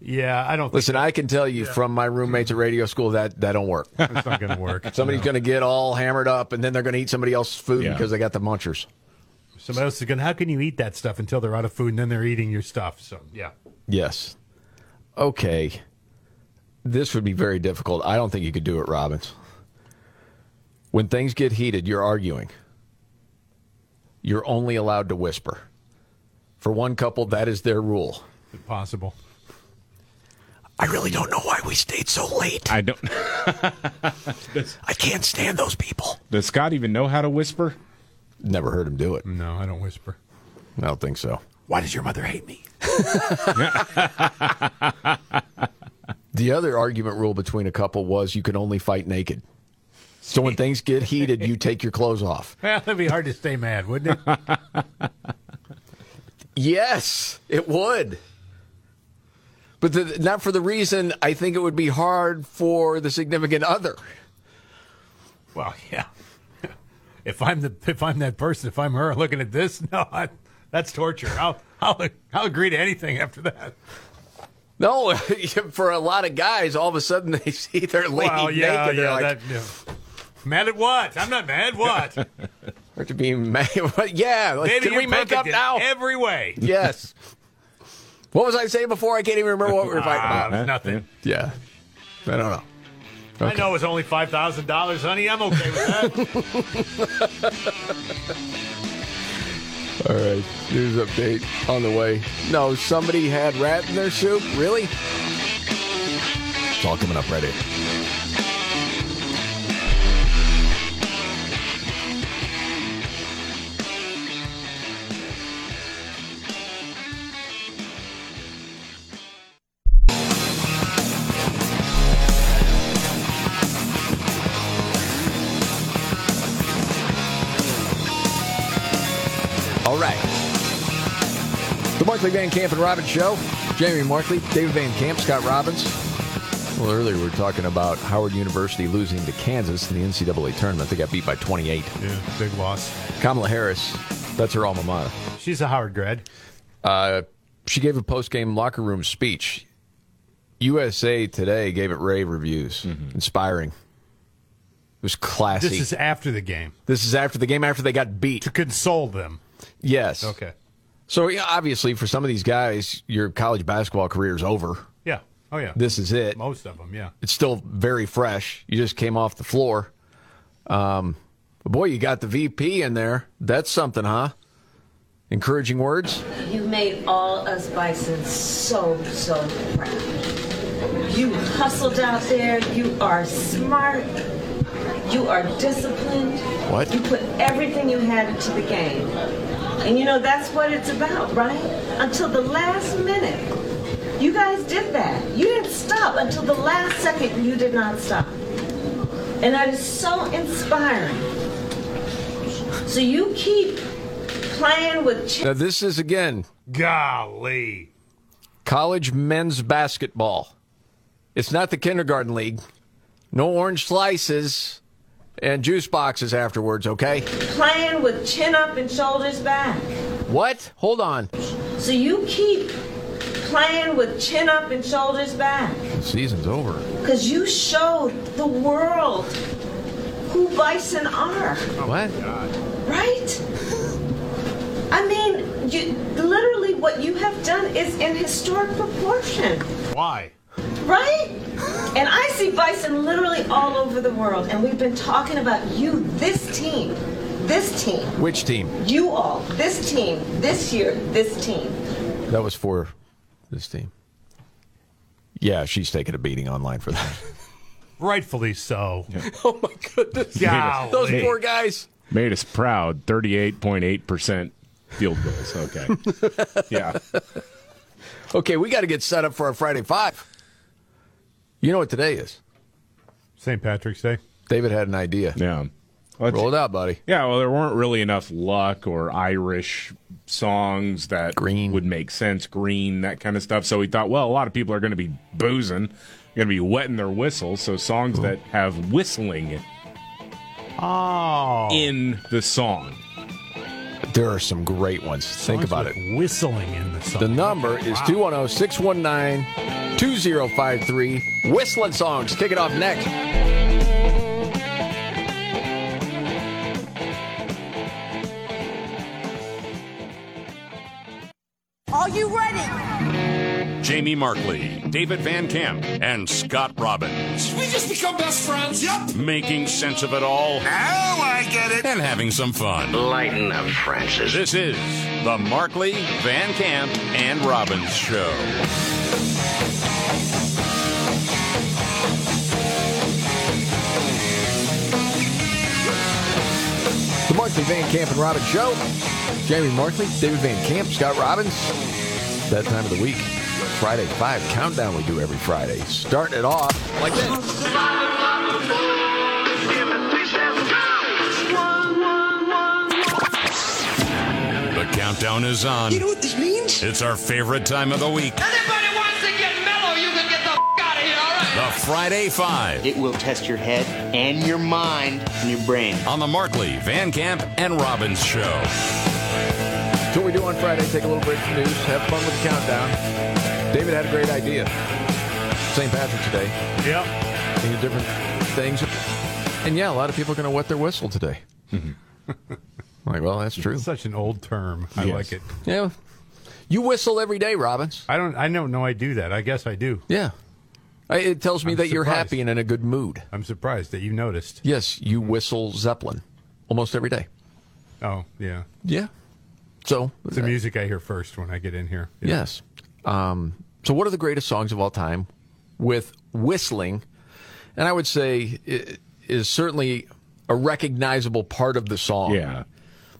S5: Yeah, I don't.
S1: Listen, I can tell you yeah. from my roommates at radio school that that don't work.
S5: It's not going to work.
S1: [laughs] Somebody's no. going to get all hammered up, and then they're going to eat somebody else's food yeah. because they got the munchers.
S5: Somebody else is going. to, How can you eat that stuff until they're out of food, and then they're eating your stuff? So yeah.
S1: Yes. Okay. This would be very difficult. I don't think you could do it, Robbins. When things get heated, you're arguing. You're only allowed to whisper. For one couple, that is their rule.
S5: Possible.
S1: I really don't know why we stayed so late.
S4: I don't.
S1: Does, I can't stand those people.
S4: Does Scott even know how to whisper?
S1: Never heard him do it.
S5: No, I don't whisper.
S1: I don't think so.
S5: Why does your mother hate me?
S1: [laughs] The other argument rule between a couple was you can only fight naked. So when things get heated, you take your clothes off.
S5: [laughs] Well, it'd be hard to stay mad, wouldn't it?
S1: [laughs] yes, it would. But the, not for the reason I think it would be hard for the significant other.
S5: Well, yeah. If I'm the if I'm that person, if I'm her looking at this, [laughs] no, I, that's torture. I'll, I'll I'll agree to anything after that.
S1: No, [laughs] for a lot of guys, all of a sudden they [laughs] see their lady
S5: Well, yeah,
S1: naked. They're
S5: yeah, that-
S1: like,
S5: yeah. Mad at what? I'm not
S1: [laughs]
S5: mad. What?
S1: After being [laughs] mad, yeah, like,
S5: Baby,
S1: can we
S5: you're
S1: make up
S5: perfect in
S1: now?
S5: Every
S1: [laughs]
S5: way.
S1: Yes. what was I saying before? I can't even remember what we were fighting
S5: Ah,
S1: about.
S5: nothing.
S1: Yeah, I don't know.
S5: I know it's only five thousand dollars, honey. I'm okay with
S1: [laughs] All right, news update on the way. No, somebody had rat in their soup. Really? It's all coming up right here. All right. The Markley Van Camp and Robbins Show. Jamie Markley, David Van Camp, Scott Robbins. Well, earlier we were talking about Howard University losing to Kansas in the NCAA tournament. They got beat by 28.
S5: Yeah, big loss.
S1: Kamala Harris, that's her alma mater.
S5: that. She's a Howard grad.
S1: Uh, she gave a post-game locker room speech. USA Today gave it rave reviews. Inspiring. It was classy.
S5: Mm-hmm. This is after the game
S1: This is after the game, after they got beat.
S5: to console them.
S1: Yes.
S5: Okay.
S1: So yeah, obviously, for some of these guys, your college basketball career is over.
S5: Yeah. Oh yeah.
S1: This is it.
S5: Most of them. Yeah.
S1: It's still very fresh. You just came off the floor. Um, but boy, you got the VP in there. That's something, huh? Encouraging words.
S8: You made all us bison so, so proud. You hustled out there. You are smart. You are disciplined.
S1: [laughs] What?
S8: You put everything you had into the game. And you know, that's what it's about, right? Until the last minute. You guys did that. You didn't stop until the last second. You did not stop. And that is so inspiring. So you keep playing with
S1: Now, this is again.
S5: Golly.
S1: College men's basketball. It's not the kindergarten league. No orange slices and juice boxes afterwards, okay?
S8: playing with chin up and shoulders back.
S1: What? Hold on.
S8: So you keep playing with chin up and shoulders back
S1: The season's over.
S8: because you showed the world who bison are,
S5: Oh
S1: What?
S8: right? I mean, you, literally what you have done is in historic proportion,
S5: Why?
S8: right? And I see bison literally all over the world, and we've been talking about you, this team, this team.
S1: Which team?
S8: You all, this team, this year, this team.
S1: That was for this team. Yeah, she's taking a beating online
S5: [laughs]
S1: for that.
S5: Rightfully so.
S1: [laughs] oh my goodness.
S5: [laughs] Golly.
S1: Those poor guys.
S4: Made us proud. Thirty-eight point eight percent field goals.
S5: [laughs]
S4: Okay. yeah.
S1: Okay, we got to get set up for our Friday Five. You know what today is?
S5: St. Patrick's Day.
S1: David had an idea.
S4: Yeah.
S1: Roll it out, buddy.
S4: Yeah, well, there weren't really enough luck or Irish songs that green would make sense, green, that kind of stuff. So we thought, well, a lot of people are going to be boozing, going to be wetting their whistles. So songs that have whistling
S5: Oh.
S4: in the song.
S1: There are some great ones. Think about it.
S5: Whistling in the song.
S1: The number is
S5: Wow.
S1: 210 619 2053. Whistling Songs. Kick it off next.
S17: Are you ready?
S18: Jamie Markley, David Van Camp, and Scott Robbins.
S19: We just become best friends. Yep.
S18: Making sense of it all
S19: Now I get it.
S18: and having some fun. Lighten up, Francis. This is the Markley, Van Camp, and Robbins Show.
S1: The Markley Van Camp and Robbins Show. Jamie Markley, David Van Camp, Scott Robbins. That time of the week. Friday 5 countdown we do every Friday. Starting it off like this.
S18: The countdown is on.
S19: You know what this means?
S18: It's our favorite time of the week.
S19: Anybody wants to get mellow, you can get the f- out of here, all right?
S18: The Friday Five.
S9: It will test your head and your mind and your brain.
S18: On the Markley, Van Camp, and Robbins show.
S1: So what we do on Friday, take a little break from news, have fun with the countdown. David had a great idea. St. Patrick's Day.
S5: Yep.
S1: Thinking different things. And yeah, a lot of people are going to wet their
S5: [laughs]
S1: whistle today. like, well, that's true.
S5: It's such an old term. I
S1: Yes.
S5: like it.
S1: Yeah. You whistle every day, Robbins.
S5: I don't. I don't know. I do that. I guess I do.
S1: Yeah. I, it tells me
S5: I'm
S1: that you're
S5: surprised.
S1: happy and in a good mood.
S5: I'm surprised that you noticed.
S1: Yes, you whistle Zeppelin almost every day.
S5: Oh yeah.
S1: Yeah. So
S5: It's the music I hear first when I get in here. Yeah.
S1: Yes. Um, so, what are the greatest songs of all time with whistling? And I would say i is certainly a recognizable part of the song.
S4: Yeah.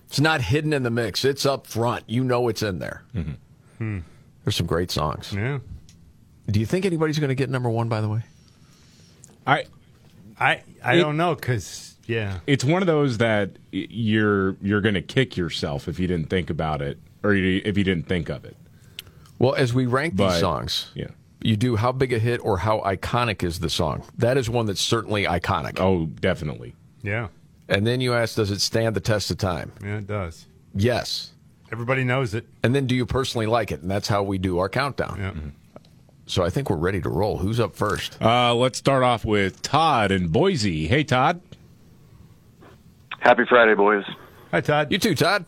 S1: It's not hidden in the mix, it's up front. You know it's in there. Hmm. There's some great songs.
S5: Yeah.
S1: Do you think anybody's going to get number one, by the way?
S4: I
S5: I I
S4: It-
S5: don't know because yeah.
S4: It's one of those that y- you're you're going to kick yourself if you didn't think about it or you, if you didn't think of it.
S1: Well, as we rank these
S4: But-
S1: songs,
S4: yeah.
S1: you do how big a hit or how iconic is the song? That is one that's certainly iconic.
S4: Oh, definitely.
S5: Yeah.
S1: And then you ask, does it stand the test of time?
S5: Yeah. It does.
S1: Yes.
S5: Everybody knows it.
S1: And then do you personally like it? And that's how we do our countdown.
S5: Yeah.
S1: So I think we're ready to roll. Who's up first?
S4: Uh, let's start off with Todd in Boise. Hey, Todd.
S10: Happy Friday, boys.
S5: Hi, Todd.
S1: You too, Todd.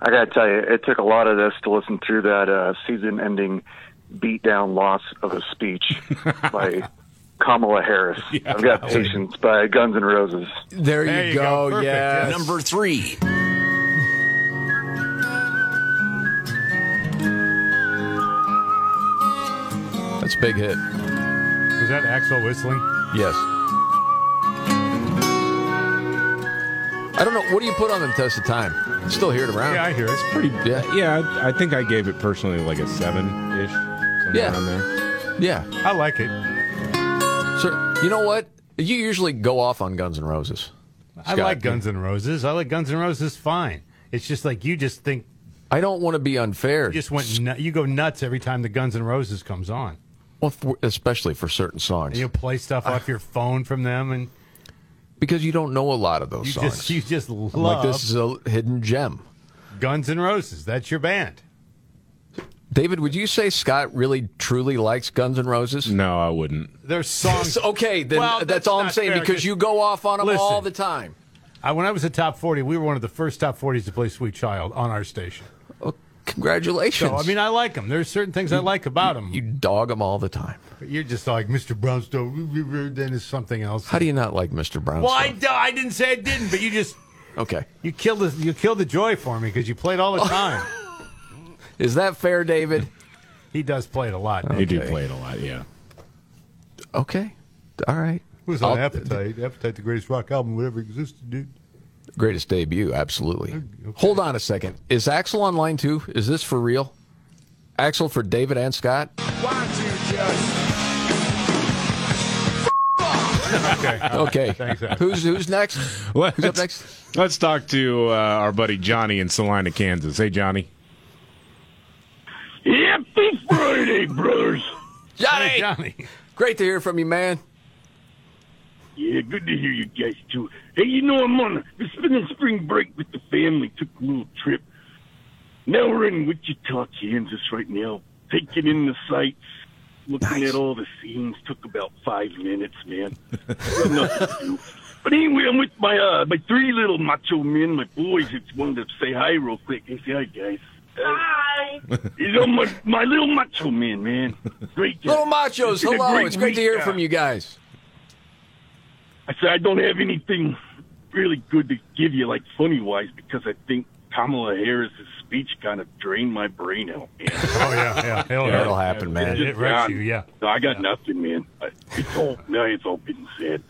S10: I got to tell you, it took a lot of this to listen through that uh, season ending beatdown loss of a
S4: [laughs]
S10: speech by Kamala Harris. I've got Patience by Guns N' Roses.
S1: There,
S10: There
S1: you,
S10: you go.
S1: go.
S10: Perfect.
S1: Yes.
S10: Yes. Number
S1: three. That's a big hit.
S5: Was that Axel whistling?
S1: Yes. I don't know. What do you put on the test of time? Still hear it around.
S4: Yeah, I hear it. It's pretty.
S1: Yeah,
S4: yeah. I, I think I gave it personally like a seven ish.
S1: Yeah.
S4: around there.
S1: Yeah.
S5: I like it.
S1: So, you know what? You usually go off on Guns N' Roses.
S5: I like Guns N' Roses. I like Guns N' Roses fine. It's just like you just think.
S1: I don't want to be unfair.
S5: You just went. Nu- you go nuts every time the Guns N' Roses comes on.
S1: Well, for, especially for certain songs.
S5: And you play stuff
S1: Ah.
S5: off your phone from them, and
S1: because you don't know a lot of those
S5: you
S1: songs.
S5: just you just love
S1: I'm like this is a hidden gem.
S5: Guns N' Roses. That's your band.
S1: David, would you say Scott really truly likes Guns N' Roses?
S4: No, I wouldn't.
S5: Their songs.
S1: [laughs] okay, then
S5: Well,
S1: that's,
S5: that's
S1: all I'm
S5: not
S1: saying
S5: fair,
S1: because
S5: 'cause-
S1: you go off on them
S5: Listen.
S1: all the time.
S5: I, when I was a top forty, we were one of the first top forties to play "Sweet Child" on our station.
S1: Oh, Congratulations.
S5: So I mean, I like them. There's certain things I like about them.
S1: you dog them all the time.
S5: But you're just like Mr. Brownstone. Then is something else.
S1: How do you not like Mr. Brown?
S5: Well, I, d- I didn't say I didn't, but you just
S1: [laughs] Okay.
S5: you killed the, you killed the joy for me because you played all
S1: [laughs]
S5: the time.
S1: Is that fair, David?
S5: [laughs] he does play it a lot.
S4: They do play it a lot. Yeah.
S1: Okay. All right.
S5: was on Appetite? Appetite, the greatest rock album that ever existed, dude.
S1: Greatest debut, absolutely. Hold on a second. Is Axel online too? Is this for real? Axel for David and
S5: [laughs]
S1: Scott?
S19: Why don't you just
S4: [laughs]
S5: okay.
S1: Okay. who's
S4: [laughs]
S1: who's next?
S4: Let's,
S1: Who's up next?
S4: Let's talk to uh, our buddy Johnny in Salina, Kansas. Hey, Johnny.
S1: Happy Friday, brothers. Johnny. Great to hear from you, man.
S11: Yeah, good to hear you guys too. Hey, you know I'm on. Been spending spring break with the family. Took a little trip. Now we're in Wichita, Kansas, right now. Taking in the sights, looking at all the scenes. Took about five minutes, man. Nothing to do. But anyway, I'm with my uh, my three little macho men, my boys. Just wanted to say hi real quick. Hey, say hi, guys. Hi. You know
S1: [laughs]
S11: my my little macho men, man. Great. guys.
S1: Little Machos,
S11: It's been a
S1: hello. it's great to hear
S11: week, uh,
S1: from you guys.
S11: I said I don't have anything really good to give you, like funny wise, because I think Kamala Harris's speech kind of drained my brain out. Man.
S5: Oh yeah, yeah. Hell
S1: Yeah, [laughs] it'll happen, man.
S5: It wrecks you, yeah.
S11: No, I got nothing, man. I- It's all now it's all been said.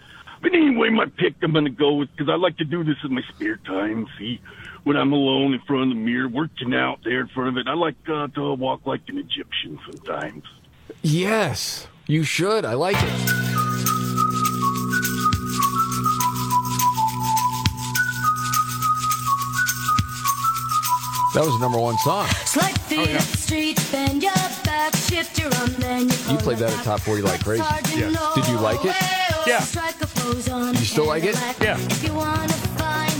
S11: But anyway, my pick I'm going to go with, because I like to do this in my spare time, see, when I'm alone in front of the mirror, working out there in front of it. I like uh, to walk like an Egyptian sometimes.
S1: Yes, you should. I like it. That was the number one song.
S12: Slide feet up the street, bend your back, shift your arm, then you
S1: You played that at top 40 like crazy.
S12: Yes.
S1: Did you like it?
S12: Yeah.
S1: You still like it?
S12: Yeah.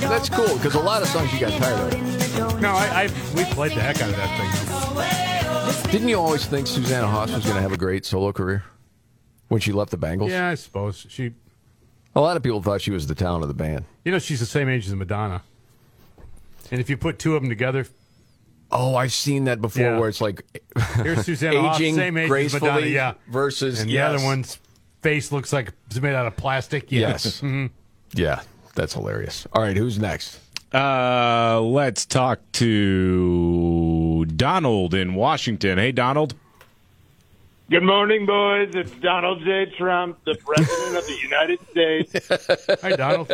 S1: That's cool because a lot of songs you got tired of.
S13: No, I, I we played the heck out of that
S1: thing. Didn't you always think Susanna Hoffs was going to have a great solo career when she left the Bangles?
S13: Yeah, I suppose she.
S1: A lot of people thought she was the talent of the band.
S13: You know, she's the same age as Madonna. And if you put two of them together,
S1: Oh, I've seen that before,
S13: Yeah.
S1: where it's like
S13: [laughs] Here's Susanna Hoff,
S1: aging
S13: same age as
S1: gracefully
S13: Madonna, yeah.
S1: versus
S13: and
S1: yes.
S13: the other one's face looks like it's made out of plastic. [laughs]
S1: Yes.
S13: Mhm.
S1: Yeah, that's hilarious. All right, who's next?
S4: Uh, let's talk to Donald in Washington. Hey, Donald.
S14: Good morning, boys. It's Donald J. Trump, the President of the United States.
S13: Hi, Donald.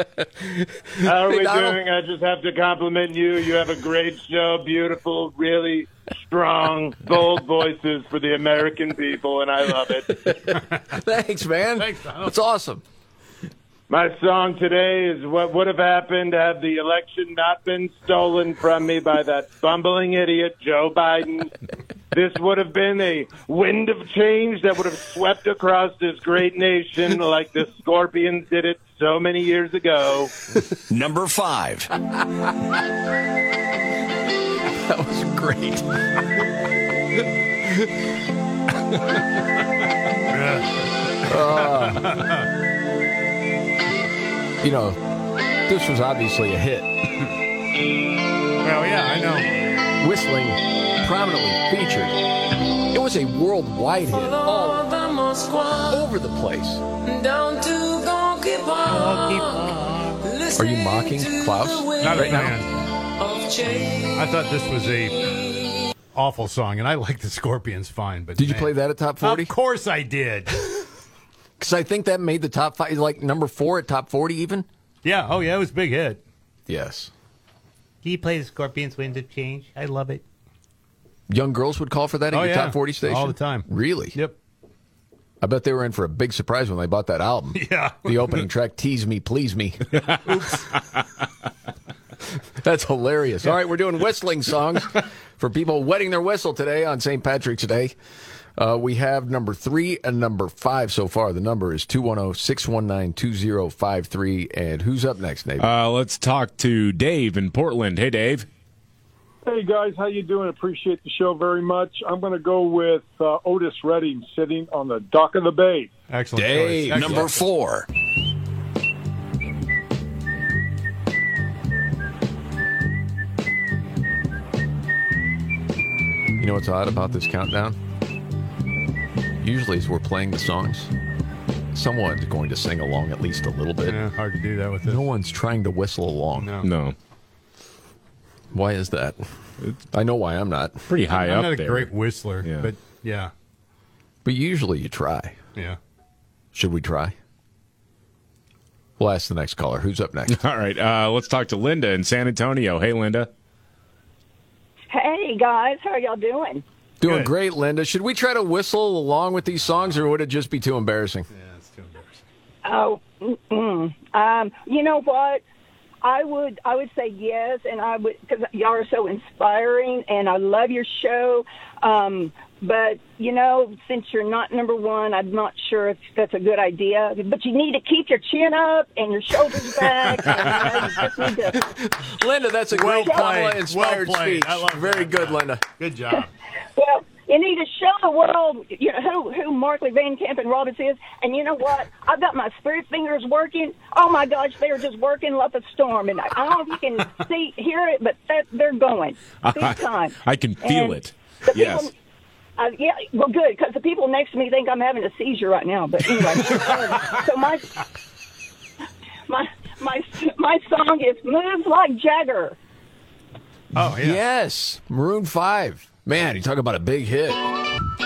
S14: How are
S13: Hey,
S14: we
S13: Donald.
S14: doing? I just have to compliment you. You have a great show, beautiful, really strong, bold voices for the American people, and I love
S5: [laughs]
S14: it.
S1: Thanks,
S14: [laughs]
S1: man. [laughs] Thanks, That's awesome.
S14: My song today is What Would Have Happened Had the Election Not Been Stolen From Me by That Bumbling Idiot Joe
S1: [laughs]
S14: Biden. This would have been a wind of change that would have swept across this great nation like the scorpions did it so many years
S1: [laughs]
S14: ago.
S18: Number
S14: [laughs]
S18: five.
S1: That was great. Uh,
S13: [laughs]
S1: You know, this was obviously a hit.
S13: well, yeah, I know.
S1: Whistling prominently featured. It was a worldwide hit all over the place.
S15: Down to
S1: Are you mocking Klaus?
S13: Not a
S1: right
S13: fan.
S1: now?
S13: I thought this was a awful song, and I like the Scorpions fine. But
S1: Did you
S13: man.
S1: play that at top 40?
S13: Of course I
S1: [laughs]
S13: did.
S1: Because I think that made the top five, like number four at top 40 even.
S13: Yeah. Oh yeah, it was a big hit.
S1: Yes.
S5: Do you play the Scorpions Wind of Change? I love it.
S1: Young girls would call for that at
S13: Oh,
S1: your
S13: yeah.
S1: top 40 station?
S13: All the time.
S1: Really?
S13: Yep.
S1: I bet they were in for a big surprise when they bought that album.
S13: [laughs] Yeah.
S1: The opening track, Tease Me,
S13: [laughs]
S1: Please Me. [laughs] That's hilarious. All right, we're doing whistling songs for people wetting their whistle today on St. Patrick's Day. Uh, we have number three and number five so far. The number is 210 619 2053. And who's up next, Nate?
S4: Uh, let's talk to Dave in Portland. Hey, Dave.
S25: Hey guys, how you doing? Appreciate the show very much. I'm going to go with uh, Otis Redding sitting on the dock of the bay.
S13: Excellent.
S25: Dave,
S13: choice. Excellent.
S25: number
S18: four.
S1: You know what's odd about this countdown? Usually, as we're playing the songs, someone's going to sing along at least a little bit.
S13: Yeah, hard to do that with this.
S1: No one's trying to whistle along.
S13: No.
S4: No.
S1: Why is that? I know why I'm not.
S4: Pretty high
S13: I'm not a great whistler,
S1: Yeah.
S13: but yeah,
S1: But usually you try.
S13: yeah.
S1: Should we try? We'll ask the next caller. Who's up
S4: [laughs]
S1: next?
S4: All right. Uh, let's talk to Linda in San Antonio. Hey, Linda.
S26: Hey guys, how y'all doing?
S1: Doing great, Linda. Should we try to whistle along with these songs, or would it just be too embarrassing?
S26: Oh, mm-mm. um, you know what? I would I would say yes, and I would because y'all are so inspiring, and I love your show. Um, but you know, since you're not number one, I'm not sure if that's a good idea. But you need to keep your chin up and your shoulders back. and, you know, you just need to
S1: Linda, that's a
S26: Well
S1: great Kamala
S26: played.
S1: inspired
S26: Well played.
S1: speech.
S26: I love
S1: Very good, Linda.
S13: Good job.
S26: Well, you need to show the world you know, who who Markley Van Camp and Robbins is. And you know what? I've got my spirit fingers working. Oh my gosh, they are just working like a storm. And I don't know if you
S4: [laughs]
S26: can see hear it, but that, they're going big time.
S4: I can feel
S26: And
S4: it.
S26: the people-
S4: Yes.
S26: Uh, yeah, well, good because the people next to me think I'm having a seizure right now. But
S4: [laughs]
S26: anyway, um, so my my my my song is "Moves Like Jagger."
S1: Oh, yeah. Yes. Maroon 5. Man, you talk about a big hit.
S4: [laughs]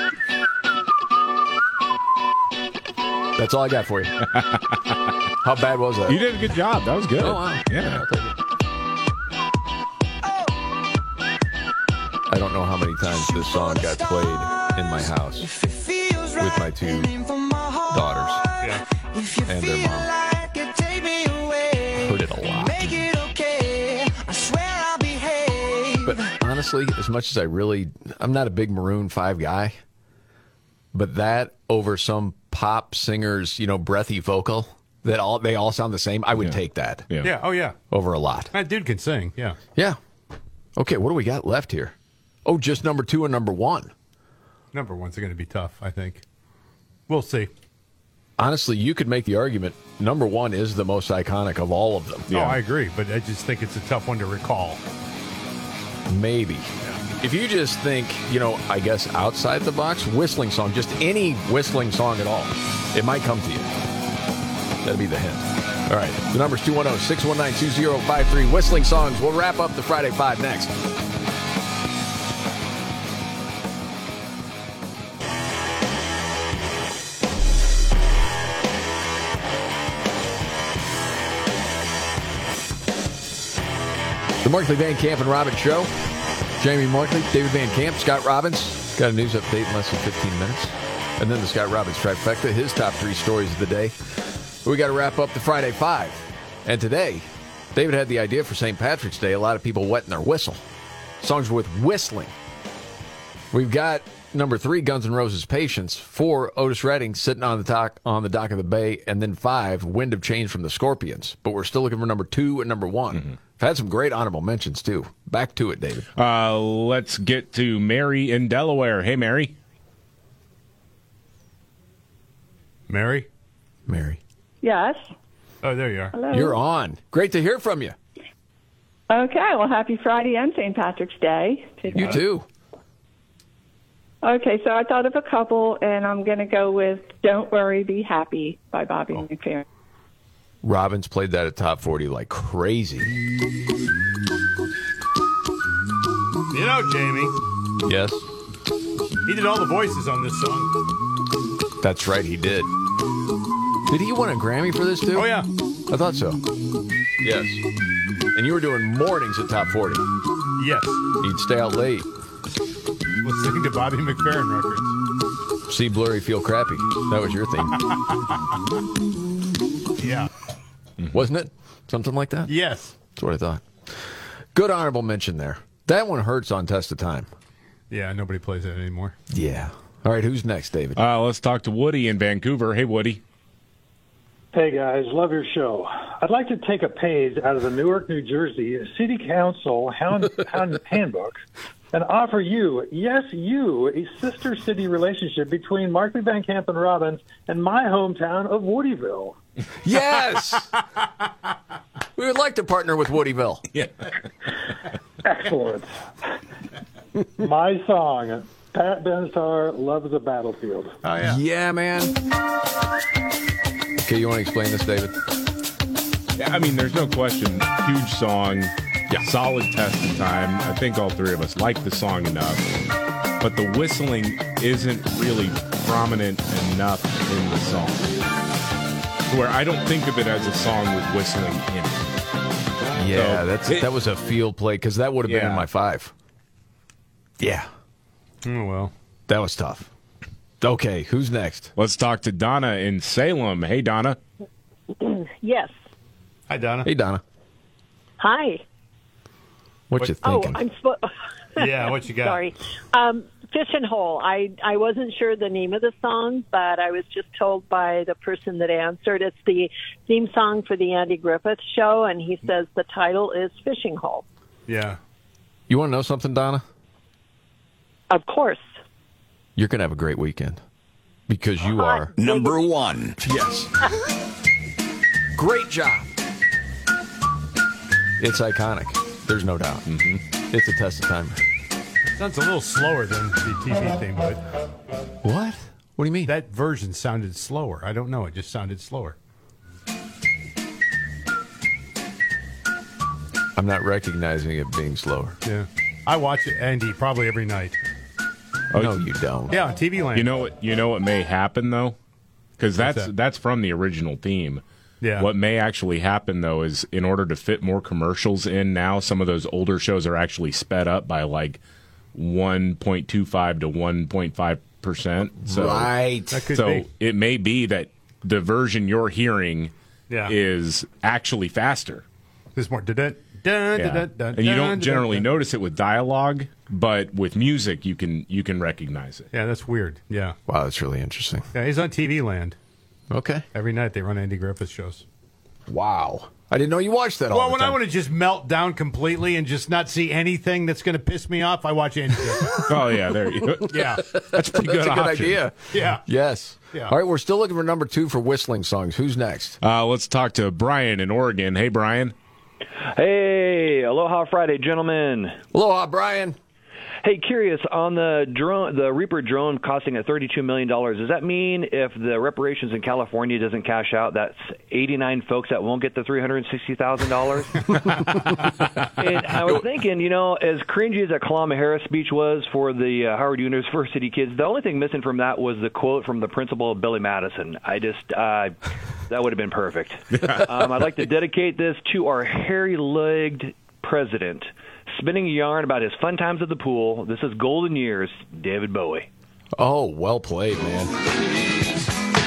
S1: That's all I got for you. How bad was that?
S4: You did a good job. That was good.
S1: Oh, wow.
S4: Yeah.
S1: I don't know how many times this song got played in my house with my two daughters and their mom. Heard it a lot. But honestly, as much as I really, I'm not a big Maroon 5 guy, but that over some pop singer's, you know, breathy vocal that all they all sound the same, I would
S5: Yeah.
S1: take that.
S5: Yeah. Yeah, oh, yeah.
S1: Over a lot.
S5: That dude can sing. Yeah.
S1: Yeah. Okay, what do we got left here? Oh, just number two and number one.
S5: Number one's going to be tough, I think. We'll see.
S1: Honestly, you could make the argument number one is the most iconic of all of them.
S5: No, Oh, I agree, but I just think it's a tough one to recall.
S1: Maybe. If you just think, you know, I guess outside the box, whistling song, just any whistling song at all, it might come to you. That'd be the hint. All right. The number's 210 619 2053. Whistling songs. We'll wrap up the Friday Five next. The Markley Van Camp and Robbins Show. Jamie Markley, David Van Camp, Scott Robbins. Got a news update in less than 15 minutes. And then the Scott Robbins trifecta, his top three stories of the day. We got to wrap up the Friday Five. And today, David had the idea for St. Patrick's Day. A lot of people wetting their whistle. Songs with whistling. We've got number three, Guns N' Roses Patience. Four, Otis Redding sitting on the dock on the dock of the bay, and then five, Wind of Change from the Scorpions. But we're still looking for number two and number one. I've had some great honorable mentions too. Back to it, David.
S4: Uh, let's get to Mary in Delaware. Hey, Mary.
S5: Mary?
S1: Mary.
S27: Yes.
S5: Oh, there you are.
S27: Hello.
S1: You're on. Great to hear from you.
S27: Okay. Well, happy Friday and St. Patrick's Day.
S1: You too.
S27: Okay. So I thought of a couple, and I'm going to go with "Don't Worry, Be Happy" by Bobby
S1: Oh.
S27: McFerrin.
S1: Robbins played that at top 40 like crazy.
S5: You know, Jamie,
S1: Yes,
S5: he did all the voices on this song.
S1: that's right, he did. Did he win a Grammy for this too? Oh, yeah. I thought so. Yes. And you were doing mornings at top 40.
S5: Yes. [laughs]
S1: You'd stay out late,
S5: Listening to Bobby McFerrin records.
S1: see blurry, feel crappy. That was your
S5: [laughs]
S1: thing,
S5: Yeah.
S1: Mm. wasn't it? Something like that?
S5: Yes.
S1: That's what I thought. Good honorable mention there. That one hurts on test of time.
S5: Yeah, nobody plays that anymore.
S1: Yeah. All right, who's next, David?
S4: Uh, let's talk to Woody in Vancouver. Hey, Woody.
S22: Hey guys, love your show. I'd like to take a page out of the Newark, New Jersey City Council Hound, Hound Handbook and offer you, yes, you, a sister city relationship between Markley Van Camp and Robbins and my hometown of Woodyville.
S5: [laughs]
S1: Yes. we would like to partner
S5: [laughs]
S1: with Woodyville.
S4: Yeah.
S1: [laughs]
S22: Excellent. my song, Pat Benatar, Love the Battlefield.
S1: Oh, yeah. Yeah, man. Okay, you want to explain this, David?
S4: Yeah, I mean, there's no question. Huge song. Solid test of time. I think all three of us like the song enough. But the whistling isn't really prominent enough in the song. To where I don't think of it as a song with whistling in it.
S1: Yeah,
S4: So,
S1: that's that was a field play because that would have been in my five. Yeah.
S5: Oh well.
S1: That was tough. Okay, who's next?
S4: Let's talk to Donna in Salem. Hey, Donna.
S28: [clears throat] yes.
S5: Hi, Donna.
S1: Hey, Donna.
S28: Hi.
S1: What, you
S28: Oh,
S1: thinking?
S28: I'm spo- [laughs]
S1: Yeah, what you got?
S28: Sorry. Um, Fish and Hole. I I wasn't sure the name of the song, but I was just told by the person that answered it's the theme song for the Andy Griffith show, and he says the title is Fishing Hole.
S5: Yeah.
S1: You want to know something, Donna?
S28: Of course.
S1: You're gonna have a great weekend because you are number one. Yes. Great job. It's iconic. There's no doubt. Mm-hmm. It's a test of time.
S5: Sounds a little slower than the TV theme, but.
S1: What? What do you mean?
S5: That version sounded slower. I don't know. It just sounded slower.
S1: I'm not recognizing it being slower.
S5: Yeah. I watch Andy probably every night.
S1: Oh, no, you don't.
S5: Yeah, on TV land.
S4: You know what? You know what may happen though, because that's that's from the original theme. Yeah. What may actually happen though is in order to fit more commercials in now, some of those older shows are actually sped up by like 1.25 to 1.5 percent. So,
S18: Right. That could
S4: so
S18: be.
S4: it may be that the version you're hearing
S5: Yeah.
S4: is actually faster.
S5: There's more. Did it? Dun,
S4: Yeah.
S5: dun, dun, dun,
S4: and you
S5: dun,
S4: don't generally
S5: dun, dun.
S4: notice it with dialogue, but with music you can you can recognize it.
S5: Yeah, that's weird. Yeah.
S1: Wow, that's really interesting.
S5: Yeah, he's on TV Land.
S1: Okay.
S5: Every night they run Andy Griffith shows.
S1: Wow. I didn't know you watched that all
S5: Well,
S1: the
S5: when I
S1: time.
S5: want to just melt down completely and just not see anything that's going to piss me off, I watch Andy
S1: [laughs]
S5: Griffith.
S4: oh yeah, there you go.
S5: Yeah.
S4: That's
S1: That's a good
S4: option.
S1: idea.
S5: Yeah.
S1: Yes.
S5: Yeah.
S1: All right, we're still looking for number two for whistling songs. Who's next?
S4: Uh, let's talk to Brian in Oregon. Hey, Brian.
S29: Hey, Aloha Friday, gentlemen.
S1: Aloha, Brian.
S29: Hey, curious on the drone, the Reaper drone costing at thirty-two million dollars. Does that mean if the reparations in California doesn't cash out, that's eighty-nine folks that won't get the three hundred sixty
S1: [laughs]
S29: thousand dollars? And I was thinking, you know, as cringy as that Kalama Harris speech was for the uh, Howard University kids, the only thing missing from that was the quote from the principal, Billy Madison. I just, uh, that would have been perfect.
S1: [laughs]
S29: um, I'd like to dedicate this to our hairy legged president, spinning a yarn about his fun times at the pool. This is Golden Years, David Bowie.
S1: Oh, well played, man.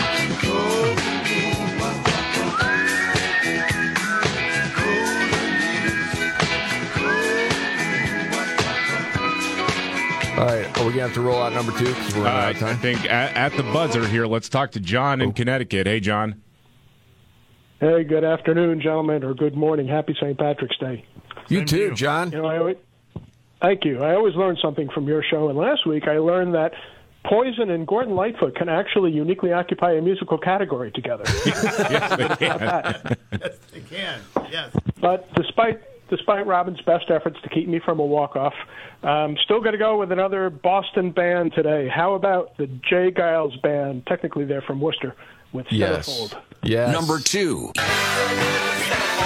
S1: All right, are we gonna have to roll out number two? 'Cause we're running out
S4: Uh,
S1: of
S4: I
S1: time. Oh.
S4: think at, at the buzzer here, let's talk to John in Connecticut. Hey, John.
S15: Hey, good afternoon, gentlemen, or good morning. Happy St. Patrick's Day.
S1: You too, John.
S15: You know, I always, thank you. I always learn something from your show, and last week I learned that Poison and Gordon Lightfoot can actually uniquely occupy a musical category together. [laughs]
S5: They can. Yes.
S15: but despite despite Robin's best efforts to keep me from a walk off, I'm still going to go with another Boston band today. How about the Jay Giles Band? Technically, they're from Worcester. With
S1: Yes.
S15: Centerfold.
S1: Yes.
S15: Number
S1: two.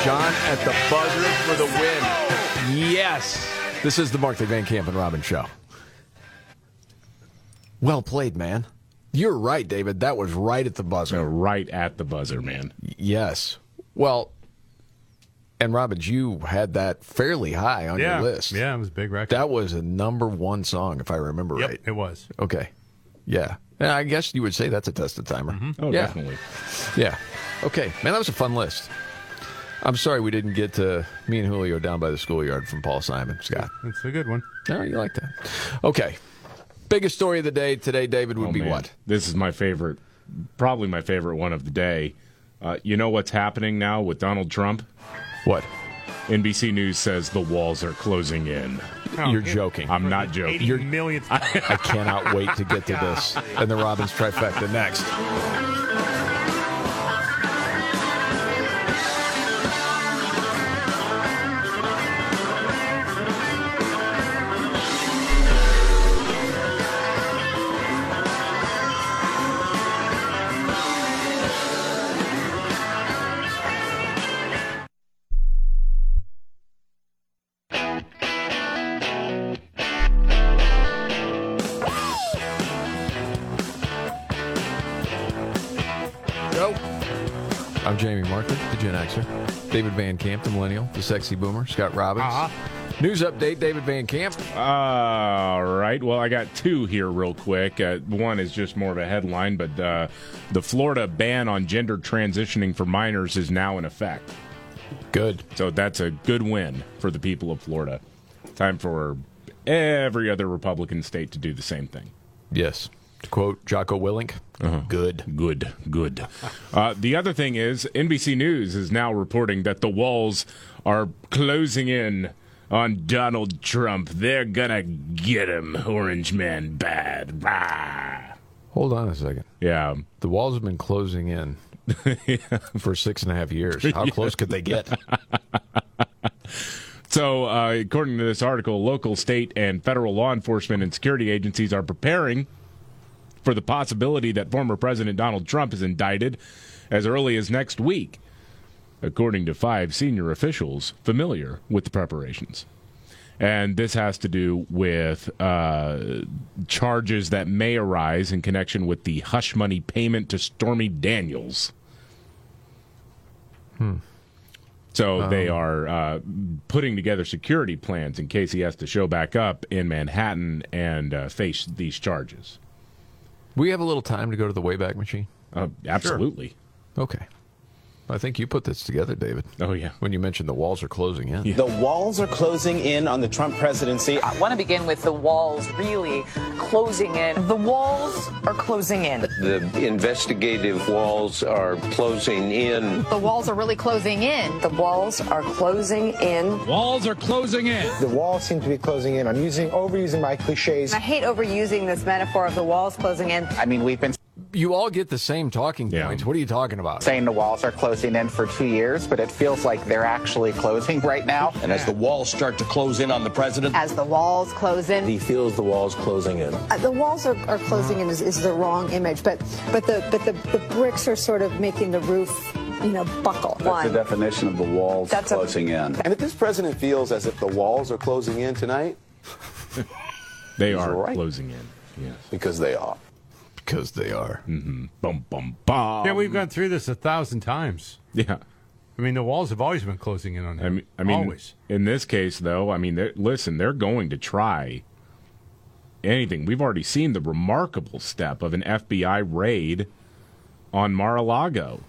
S1: John at the buzzer for the win. Yes. This is the Markley Van Camp and Robin show. Well played, man. You're right, David. That was Uh, right at the buzzer.
S4: right at the buzzer, man.
S1: Yes. Well, and Robbins, you had that fairly high on
S5: Yeah.
S1: your list.
S5: Yeah, it was a big record.
S1: That was a number one song, if I remember
S5: Yep,
S1: right.
S5: it was.
S1: Okay. Yeah. Yeah, I guess you would say that's a tested timer.
S4: Oh,
S1: yeah.
S4: definitely.
S1: Yeah. Okay. Man, that was a fun list. I'm sorry we didn't get to me and Julio down by the schoolyard from Paul Simon Scott.
S5: That's a good one.
S1: Oh, you like that. Okay. Biggest story of the day today, David, would
S4: Oh,
S1: be
S4: man.
S1: what?
S4: This is my favorite, probably my favorite one of the day. Uh, you know what's happening now with Donald Trump?
S1: What?
S4: NBC News says the walls are closing in.
S1: Oh, You're good. joking.
S4: I'm not joking.
S5: 80
S4: You're
S5: millionth
S1: I cannot wait to get to this and the Robbins trifecta next. Go. I'm Jamie Markley, the Gen Xer. David Van Camp, the Millennial, the Sexy Boomer, Scott Robbins.
S4: Uh-huh.
S1: News update, David Van Camp.
S4: All right. Well, I got two here, real quick. Uh, one is just more of a headline, but uh, the Florida ban on gender transitioning for minors is now in effect.
S1: Good.
S4: So that's a good win for the people of Florida. Time for every other Republican state to do the same thing. Uh-huh.
S1: Yes. To quote Jocko Willink, good.
S4: Good, good. Uh, the other thing is, NBC News is now reporting that the walls are closing in on Donald Trump. They're gonna get him, Orange Man bad. Rah.
S1: Hold on a second.
S4: Yeah.
S1: The walls have been
S4: [laughs]
S1: closing in for six and a half years. How close could they get?
S4: [laughs] So, uh, according to this article, local, state, and federal law enforcement and security agencies are preparing for the possibility that former President Donald Trump is indicted as early as next week, according to five senior officials familiar with the preparations. And this has to do with uh, charges that may arise in connection with the hush money payment to Stormy Daniels.
S1: Hmm.
S4: So
S1: Um,
S4: they are uh, putting together security plans in case he has to show back up in Manhattan and uh, face these charges.
S1: We have a little time to go to the Wayback Machine.
S4: Uh, absolutely.
S1: Okay. I think you put this together, David.
S4: Oh, yeah.
S1: When you mentioned the walls are closing in.
S7: The walls are closing in on the Trump presidency.
S30: I want to begin with the walls really closing in. The walls are closing in.
S13: The investigative walls are closing in.
S31: The walls are really closing in.
S32: The walls are closing in.
S33: Walls are closing in.
S34: The walls seem to be closing in. I'm using overusing my cliches.
S35: I hate overusing this metaphor of the walls closing in.
S7: I mean, we've been
S1: you all get the same talking
S4: Yeah.
S1: points. What are you talking about?
S7: saying the walls are closing in for two years, but it feels like they're actually closing right now.
S13: And as the walls start to close in on the president,
S35: As the walls close in,
S13: he feels the walls closing in.
S36: Uh, the walls are, are closing in is, is the wrong image, but but the but the, the bricks are sort of making the roof, you know, buckle.
S35: That's the definition of the walls closing in. And if this president feels as if the walls are closing in tonight,
S4: They are closing in. Yes.
S35: because they are.
S1: Because they are.
S4: Mm-hmm. Bum, bum,
S1: Um,
S4: bum.
S5: yeah, we've gone through this a thousand times.
S4: Yeah.
S5: I mean, the walls have always been closing in on him.
S4: I mean, I mean
S5: always.
S4: in this case, though, I mean, they're- listen, they're going to try anything. We've already seen the remarkable step of an FBI raid on Mar-a-Lago.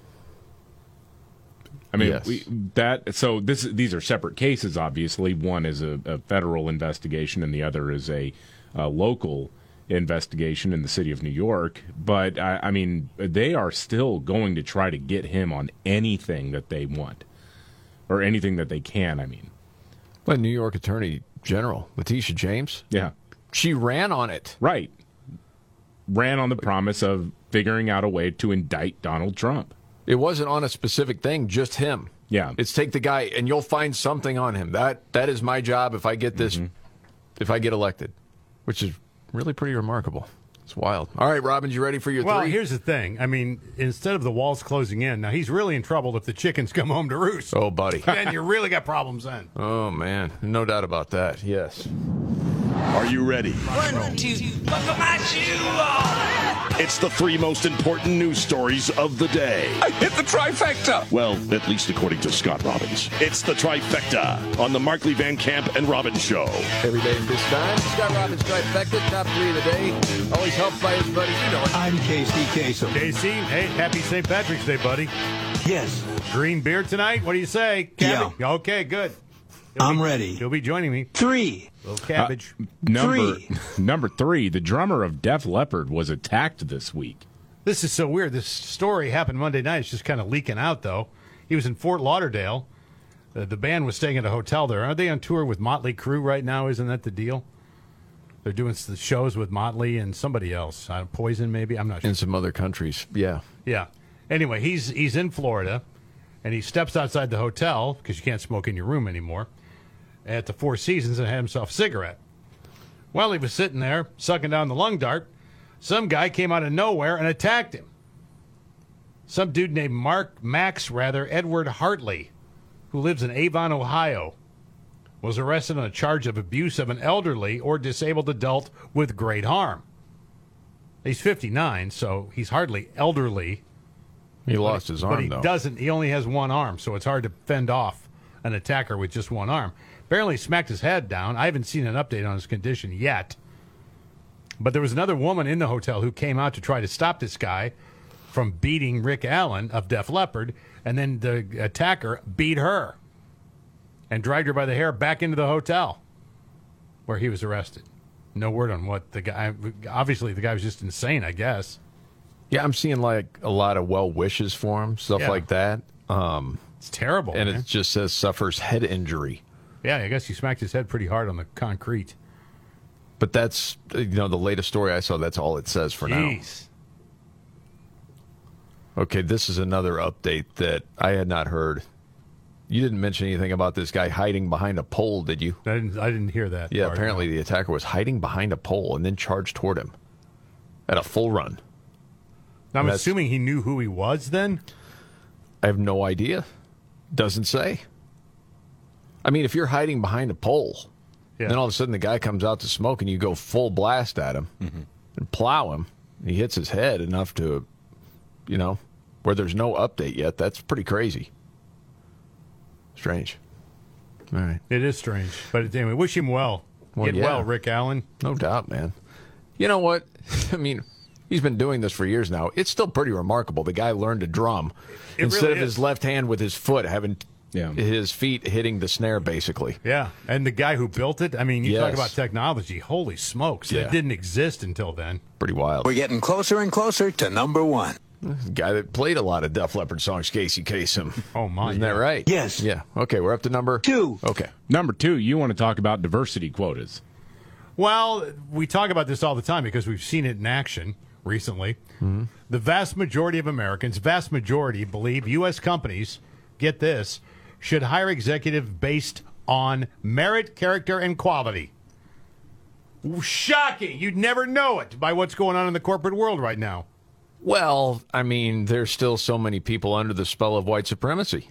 S4: I mean,
S1: Yes.
S4: we, that so this these are separate cases. Obviously, one is a, a federal investigation, and the other is a, uh local investigation in the city of New York. But I, I mean, they are still going to try to get him on anything that they want, or anything that they can. I mean,
S1: Well, New York Attorney General Letitia James.
S4: yeah,
S1: She ran on it.
S4: right. Ran on the promise of figuring out a way to indict Donald Trump.
S1: It wasn't on a specific thing, just him.
S4: Yeah,
S1: It's take the guy and you'll find something on him. That that is my job if I get this
S4: Mm-hmm.
S1: if I get elected. Which is really pretty remarkable. It's wild. All right, Robbins, you ready
S4: [laughs]
S1: for your
S5: Well,
S1: three?
S5: here's the thing. I mean, instead of the walls closing in, now he's really in trouble if the chickens come home to
S1: [laughs]
S5: roost.
S1: Oh buddy.
S5: Then you really got problems then.
S1: oh man. No doubt about that. Yes.
S11: Are you ready?
S37: One, two, buckle my shoe on.
S11: It's the three most important news stories of the day. I hit the trifecta. Well, at least according to Scott Robbins. It's the trifecta on the Markley Van Camp and Robbins show.
S1: Every day at this time, Scott Robbins trifecta, top three of the day. Always helped by his buddies, you know it.
S5: I'm KC Kasem. KC, hey, happy St. Patrick's Day, buddy. Yes. Green beer tonight? What do you say? Cabbage? Okay, good. I'm ready. He'll be joining me. Three. Uh, Little cabbage.
S4: Number [laughs] number three, the drummer of Def Leppard was attacked this week.
S5: This is so weird. This story happened Monday night. It's just kind of leaking out, though. He was in Fort Lauderdale. Uh, the band was staying at a hotel there. Aren't they on tour with Motley Crue right now? Isn't that the deal? They're doing s- the shows with Motley and somebody else. Uh, Poison, maybe? I'm not sure.
S1: In some other countries. Yeah.
S5: Yeah. Anyway, he's he's in Florida, and he steps outside the hotel because you can't smoke in your room anymore. At the Four Seasons, and had himself a cigarette. While he was sitting there sucking down the lung dart, some guy came out of nowhere and attacked him. Some dude named Mark Max, rather Edward Hartley, who lives in Avon, Ohio, was arrested on a charge of abuse of an elderly or disabled adult with great harm. He's 59, so he's hardly elderly.
S1: He lost his
S5: but
S1: arm
S5: he
S1: though.
S5: doesn't. He only has one arm, so it's hard to fend off an attacker with just one arm. Apparently, he smacked his head down. I haven't seen an update on his condition yet. But there was another woman in the hotel who came out to try to stop this guy from beating Rick Allen of Def Leppard, and then the attacker beat her and dragged her by the hair back into the hotel where he was arrested. No word on what the guy. Obviously, the guy was just insane, I guess.
S1: Yeah, I'm seeing like a lot of well wishes for him, stuff
S5: Yeah.
S1: like that. Um,
S5: it's terrible.
S1: And
S5: man.
S1: it just says suffers head injury.
S5: Yeah, I guess he smacked his head pretty hard on the concrete.
S1: But that's uh, you know the latest story I saw. That's all it says for
S5: Jeez.
S1: now. Okay, this is another update that I had not heard. You didn't mention anything about this guy hiding behind a pole, did you?
S5: I didn't. I didn't hear that.
S1: Yeah,
S5: part.
S1: apparently the attacker was hiding behind a pole and then charged toward him at a full run.
S5: Now, I'm
S1: That's-
S5: assuming he knew who he was then.
S1: I have no idea. Doesn't say. I mean, if you're hiding behind a pole, then all of a sudden the guy comes out to smoke and you go full blast at him and plow him. and He hits his head enough to, you know, where there's no update yet. That's pretty crazy. Strange. All right.
S5: It is strange, but anyway, wish him well.
S1: Well,
S5: Get
S1: yeah.
S5: well, Rick Allen.
S1: No doubt, man. You know what? [laughs] I mean, he's been doing this for years now. It's still pretty remarkable. The guy learned to drum
S5: It
S1: instead
S5: really
S1: of
S5: is.
S1: his left hand with his foot having his feet hitting the snare, basically.
S5: Yeah, and the guy who built it. I mean, you talk
S1: Yes.
S5: about technology. Holy smokes,
S1: Yeah.
S5: it didn't exist until then.
S1: Pretty wild.
S13: We're getting closer and closer to number one.
S1: Guy that played a lot of Def Leppard songs, Casey Kasem.
S5: Oh my!
S1: Isn't that right? Yes. Yeah. Okay, we're up to number two. Okay.
S4: Number two, you want to talk about diversity quotas.
S5: Well, we talk about this all the time because we've seen it in action recently. The vast majority of Americans, vast majority, believe U.S. companies, get this, should hire executives based on merit, character, and quality. Shocking! You'd never know it by what's going on in the corporate world right now. [laughs]
S1: Well, I mean, there's still so many people under the spell of white supremacy.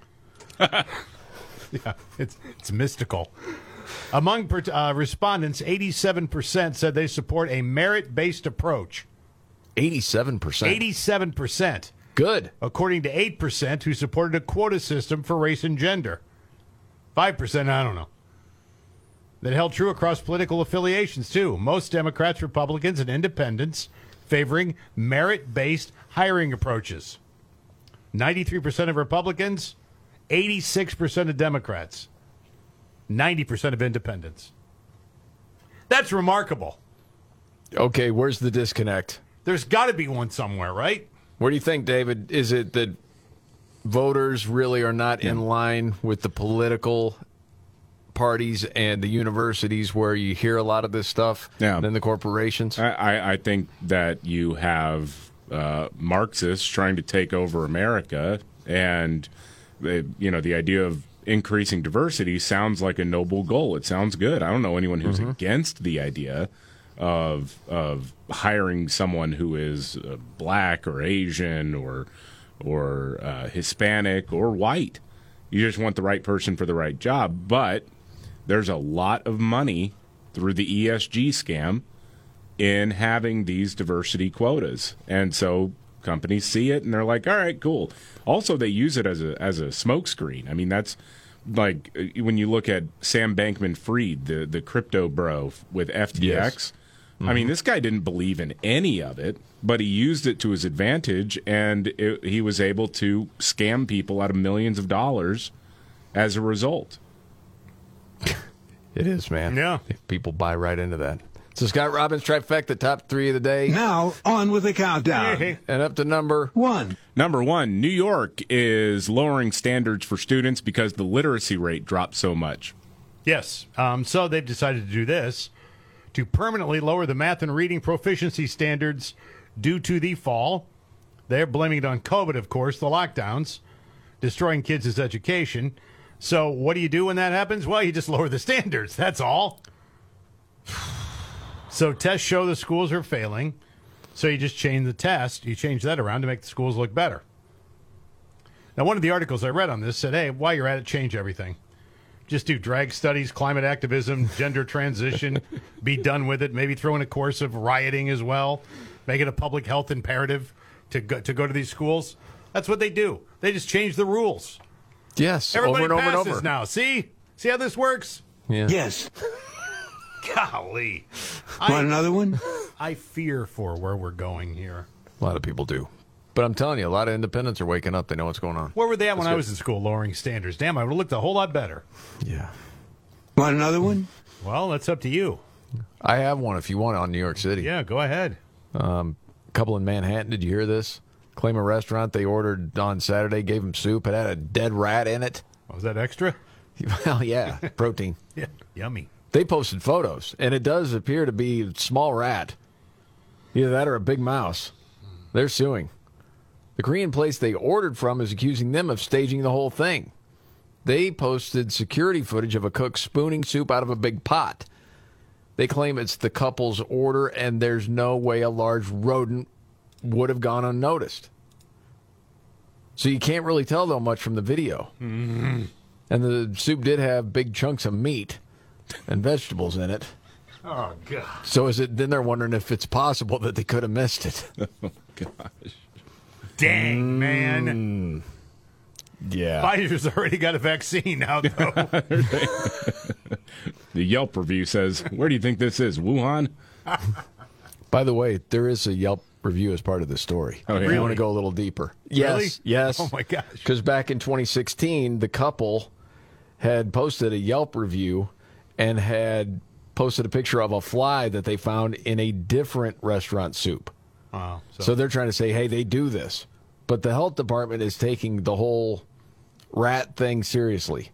S5: yeah, it's it's mystical. Among per- uh, respondents, eighty-seven percent said they support a merit-based approach.
S1: Eighty-seven percent.
S5: Eighty-seven percent.
S1: Good.
S5: According to eight percent who supported a quota system for race and gender. Five percent. I don't know. That held true across political affiliations too. Most Democrats, Republicans, and Independents favoring merit-based hiring approaches. 93% of Republicans, 86% of Democrats, 90% of independents. That's remarkable.
S1: Okay, where's the disconnect?
S5: There's got to be one somewhere, right?
S1: Where do you think, David? Is it that voters really are not in line with the political parties and the universities where you hear a lot of this stuff?
S4: Yeah.
S1: Than the corporations?
S4: I, I, I think that you have uh, Marxists trying to take over America, and they, you know the idea of increasing diversity sounds like a noble goal. It sounds good. I don't know anyone who's
S1: Mm-hmm.
S4: against the idea of of hiring someone who is uh, black or Asian or or uh, Hispanic or white. You just want the right person for the right job, but there's a lot of money through the ESG scam in having these diversity quotas. And so companies see it and they're like, "All right, cool." Also, they use it as a as a smokescreen. I mean, that's like uh, when you look at Sam Bankman-Fried, the the crypto bro f- with FTX. I mean,
S38: Mhm.
S4: this guy didn't believe in any of it, but he used it to his advantage, and it, he was able to scam people out of millions of dollars as a result.
S1: It is, man.
S5: Yeah.
S1: People buy right into that. So Scott Robbins trifecta, top three of the day.
S13: Now on with the countdown.
S1: and up to number
S13: one.
S4: Number one, New York is lowering standards for students because the literacy rate dropped so much.
S5: Yes. Um, so they've decided to do this to permanently lower the math and reading proficiency standards due to the fall. They're blaming it on COVID, of course, the lockdowns, destroying kids' education. So what do you do when that happens? Well, you just lower the standards. That's all. So tests show the schools are failing. So you just change the test. You change that around to make the schools look better. Now, one of the articles I read on this said, hey, while you're at it, change everything. Just do drag studies, climate activism, gender
S1: [laughs]
S5: transition, be done with it. Maybe throw in a course of rioting as well. Make it a public health imperative to go to, go to these schools. That's what they do. They just change the rules.
S1: Yes,
S5: Everybody
S1: over and over and
S5: passes
S1: over.
S5: now. See? See how this works?
S1: Yeah.
S13: Yes.
S5: [laughs] Golly.
S13: Want another one?
S5: I fear for where we're going here.
S1: A lot of people do. But I'm telling you, a lot of independents are waking up. They know what's going on.
S5: Where were they at when
S1: That's
S5: I
S1: good.
S5: was in school lowering standards? Damn, I would have looked a whole lot better.
S13: Want another one?
S5: Well, that's up to you.
S1: I have one if you want on New York City.
S5: Yeah, go ahead.
S1: Um, couple in Manhattan. Did you hear this? Claim a restaurant they ordered on Saturday, gave them soup. It had a dead rat in it.
S5: Was Oh, that extra?
S1: [laughs]
S5: [laughs]
S1: Well, yeah, protein.
S5: Yeah, yummy.
S1: They posted photos, and it does appear to be a small rat. Either that or a big mouse. They're suing. The Korean place they ordered from is accusing them of staging the whole thing. They posted security footage of a cook spooning soup out of a big pot. They claim it's the couple's order, and there's no way a large rodent would have gone unnoticed. So you can't really tell, though, much from the video.
S5: Mm-hmm.
S1: And the soup did have big chunks of meat and vegetables in it.
S5: Oh, God.
S1: So is it then they're wondering if it's possible that they could have
S5: [laughs]
S1: missed it?
S13: Mm,
S4: Oh gosh.
S5: Dang, man.
S4: Yeah.
S5: Pfizer's already got a vaccine out,
S13: [laughs]
S1: [laughs]
S5: though.
S4: The Yelp review says, "Where do you think this is? Wuhan."
S1: By the way, there is a Yelp review as part of the story.
S4: Oh, yeah.
S1: If you want
S4: Really?
S1: to go a little deeper.
S5: Really?
S1: Yes. Yes.
S5: Oh, my gosh.
S1: Because back in 2016, the couple had posted a Yelp review and had posted a picture of a fly that they found in a different restaurant soup.
S5: Wow. So,
S1: So, they're trying to say, hey, they do this. But the health department is taking the whole rat thing seriously.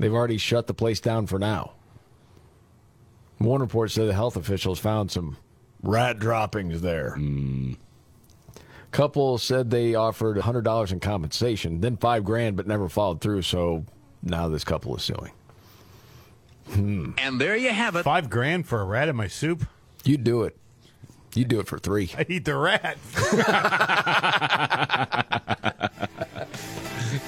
S1: They've already shut the place down for now. One report said the health officials found some rat droppings there.
S5: Mm.
S1: Couple said they offered $100 in compensation, then five grand, but never followed through. So now this couple is suing. [laughs] Hmm.
S5: and there you have it. Five grand for a rat in my soup?
S1: You'd do it. You'd do it for three.
S5: [laughs] I eat the rat.
S1: [laughs]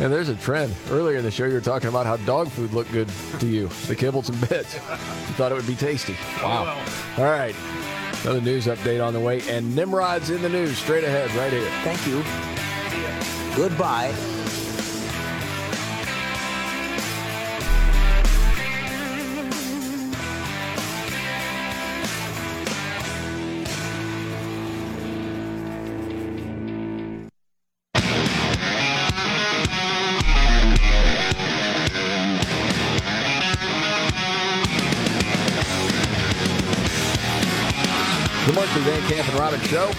S1: And there's a trend. Earlier in the show, you were talking about how dog food looked good to you, the kibbles and bits. You thought it would be tasty. Wow. All right. Another news update on the way, and Nimrod's in the news straight ahead right here. Thank you. Goodbye. The Markley Van Camp and Robbins Show.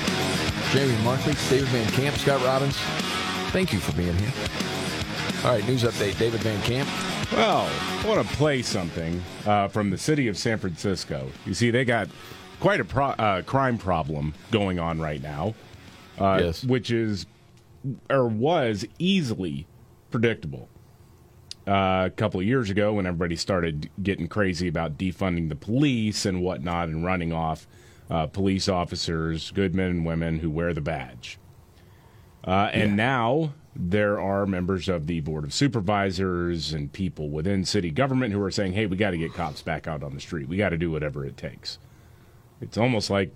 S1: Jamie Markley, David Van Camp, Scott Robbins. Thank you for being here. All right, news update. David Van Camp.
S4: Well, I want to play something uh, from the city of San Francisco. You see, they got quite a pro- uh, crime problem going on right now, uh,
S1: Yes.
S4: which is or was easily predictable. Uh, a couple of years ago, when everybody started getting crazy about defunding the police and whatnot and running off uh, police officers, good men and women who wear the badge. Uh, and now there are members of the Board of Supervisors and people within city government who are saying, hey, we got to get cops back out on the street. We got to do whatever it takes. It's almost like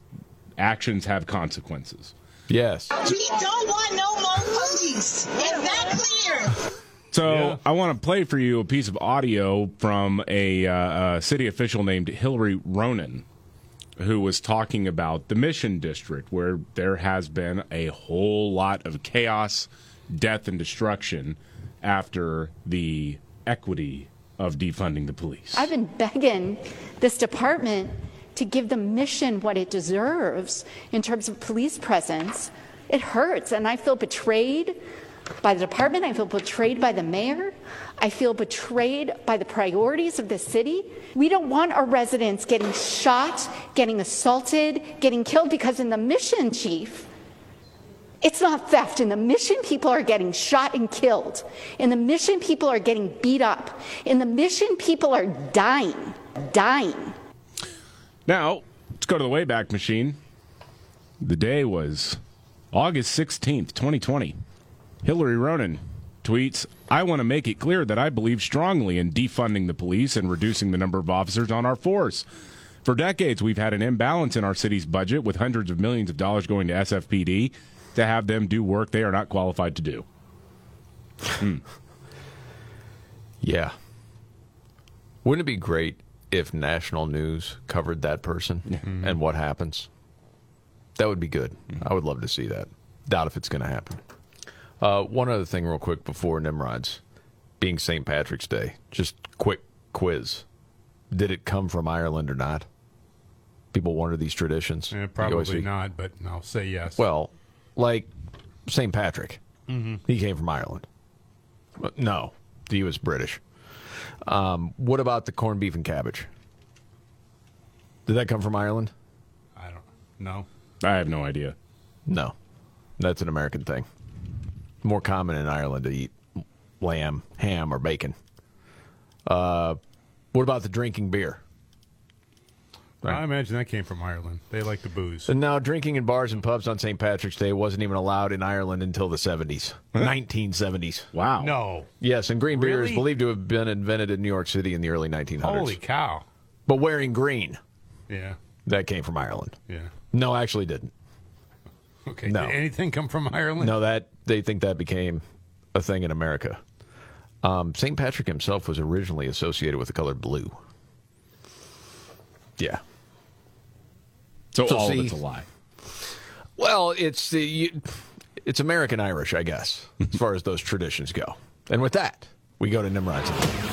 S4: actions have consequences.
S1: Yes.
S26: We don't want no more police. Is that clear?
S4: So I want to play for you a piece of audio from a, uh, a city official named Hillary Ronan, who was talking about the Mission District, where there has been a whole lot of chaos, death, and destruction after the equity of defunding the police.
S39: I've been begging this department to give the mission what it deserves in terms of police presence. It hurts, and I feel betrayed by the department. I feel betrayed by the mayor. I feel betrayed by the priorities of the city. We don't want our residents getting shot, getting assaulted, getting killed because in the mission, chief, it's not theft. In the mission, people are getting shot and killed. In the mission, people are getting beat up. In the mission, people are dying, dying.
S4: Now, let's go to the Wayback Machine. The day was August 16th, 2020. Hillary Ronan tweets I want to make it clear that I believe strongly in defunding the police and reducing the number of officers on our force. For decades, we've had an imbalance in our city's budget with hundreds of millions of dollars going to SFPD to have them do work they are not qualified to do. Hmm.
S1: Yeah. Wouldn't it be great if national news covered that person and what happens? That would be good. I would love to see that. Doubt if it's going to happen. Uh, one other thing, real quick, before Nimrod's being St. Patrick's Day, just quick quiz. Did it come from Ireland or not? People wonder these traditions. You always
S5: Probably
S1: see-
S5: not, but I'll say yes.
S1: Well, like St. Patrick.
S4: Mm-hmm.
S5: Mhm.
S1: He came from Ireland. But No, he was British. Um, what about the corned beef and cabbage? Did that come from Ireland?
S5: no.
S4: I have no idea.
S1: No, that's an American thing. More common in Ireland to eat lamb, ham, or bacon. Uh, what about the drinking beer?
S5: I imagine that came from Ireland. They like the booze.
S1: So now drinking in bars and pubs on St. Patrick's Day wasn't even allowed in Ireland until the 70s, 1970s.
S4: Wow.
S5: No.
S1: Yes, and green beer is
S5: Really?
S1: believed to have been invented in New York City in the early 1900s.
S5: Holy cow.
S1: But wearing green,
S5: Yeah.
S1: that came from Ireland.
S5: Yeah.
S1: No, actually didn't.
S5: Okay.
S1: No.
S5: Did anything come from Ireland?
S1: No, that they think that became a thing in America. Um, St. Patrick himself was originally associated with the color blue. Yeah.
S4: So, all of it's a lie.
S1: Well, it's the you, it's American Irish, I guess, as far as those traditions go. And with that, we go to Nimrod's.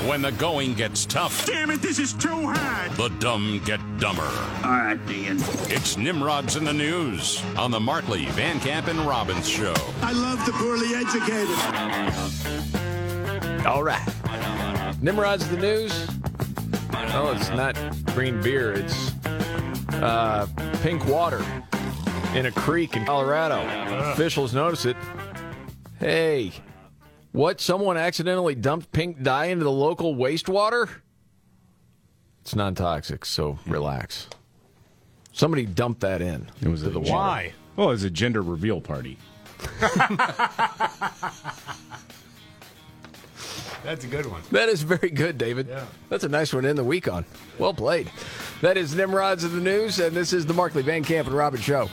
S18: When the going gets tough. Damn it, this is too hard. The dumb get dumber. All right, Dean. It's Nimrod's in the News on the Martley, Van Camp, and Robbins show.
S14: I love the poorly educated.
S1: All right. Nimrod's the news. No, it's not green beer. It's uh, pink water in a creek in Colorado. Officials notice it. Hey, what? Someone accidentally dumped pink dye into the local wastewater? It's non toxic, so relax. Somebody dumped that in. It was the water.
S4: Why? Well, it's a gender reveal party.
S5: That's a good one.
S1: That is very good, David.
S5: Yeah.
S1: That's a nice one to end the week on. Well played. That is Nimrods of the News, and this is the Markley Van Camp and Robin Show.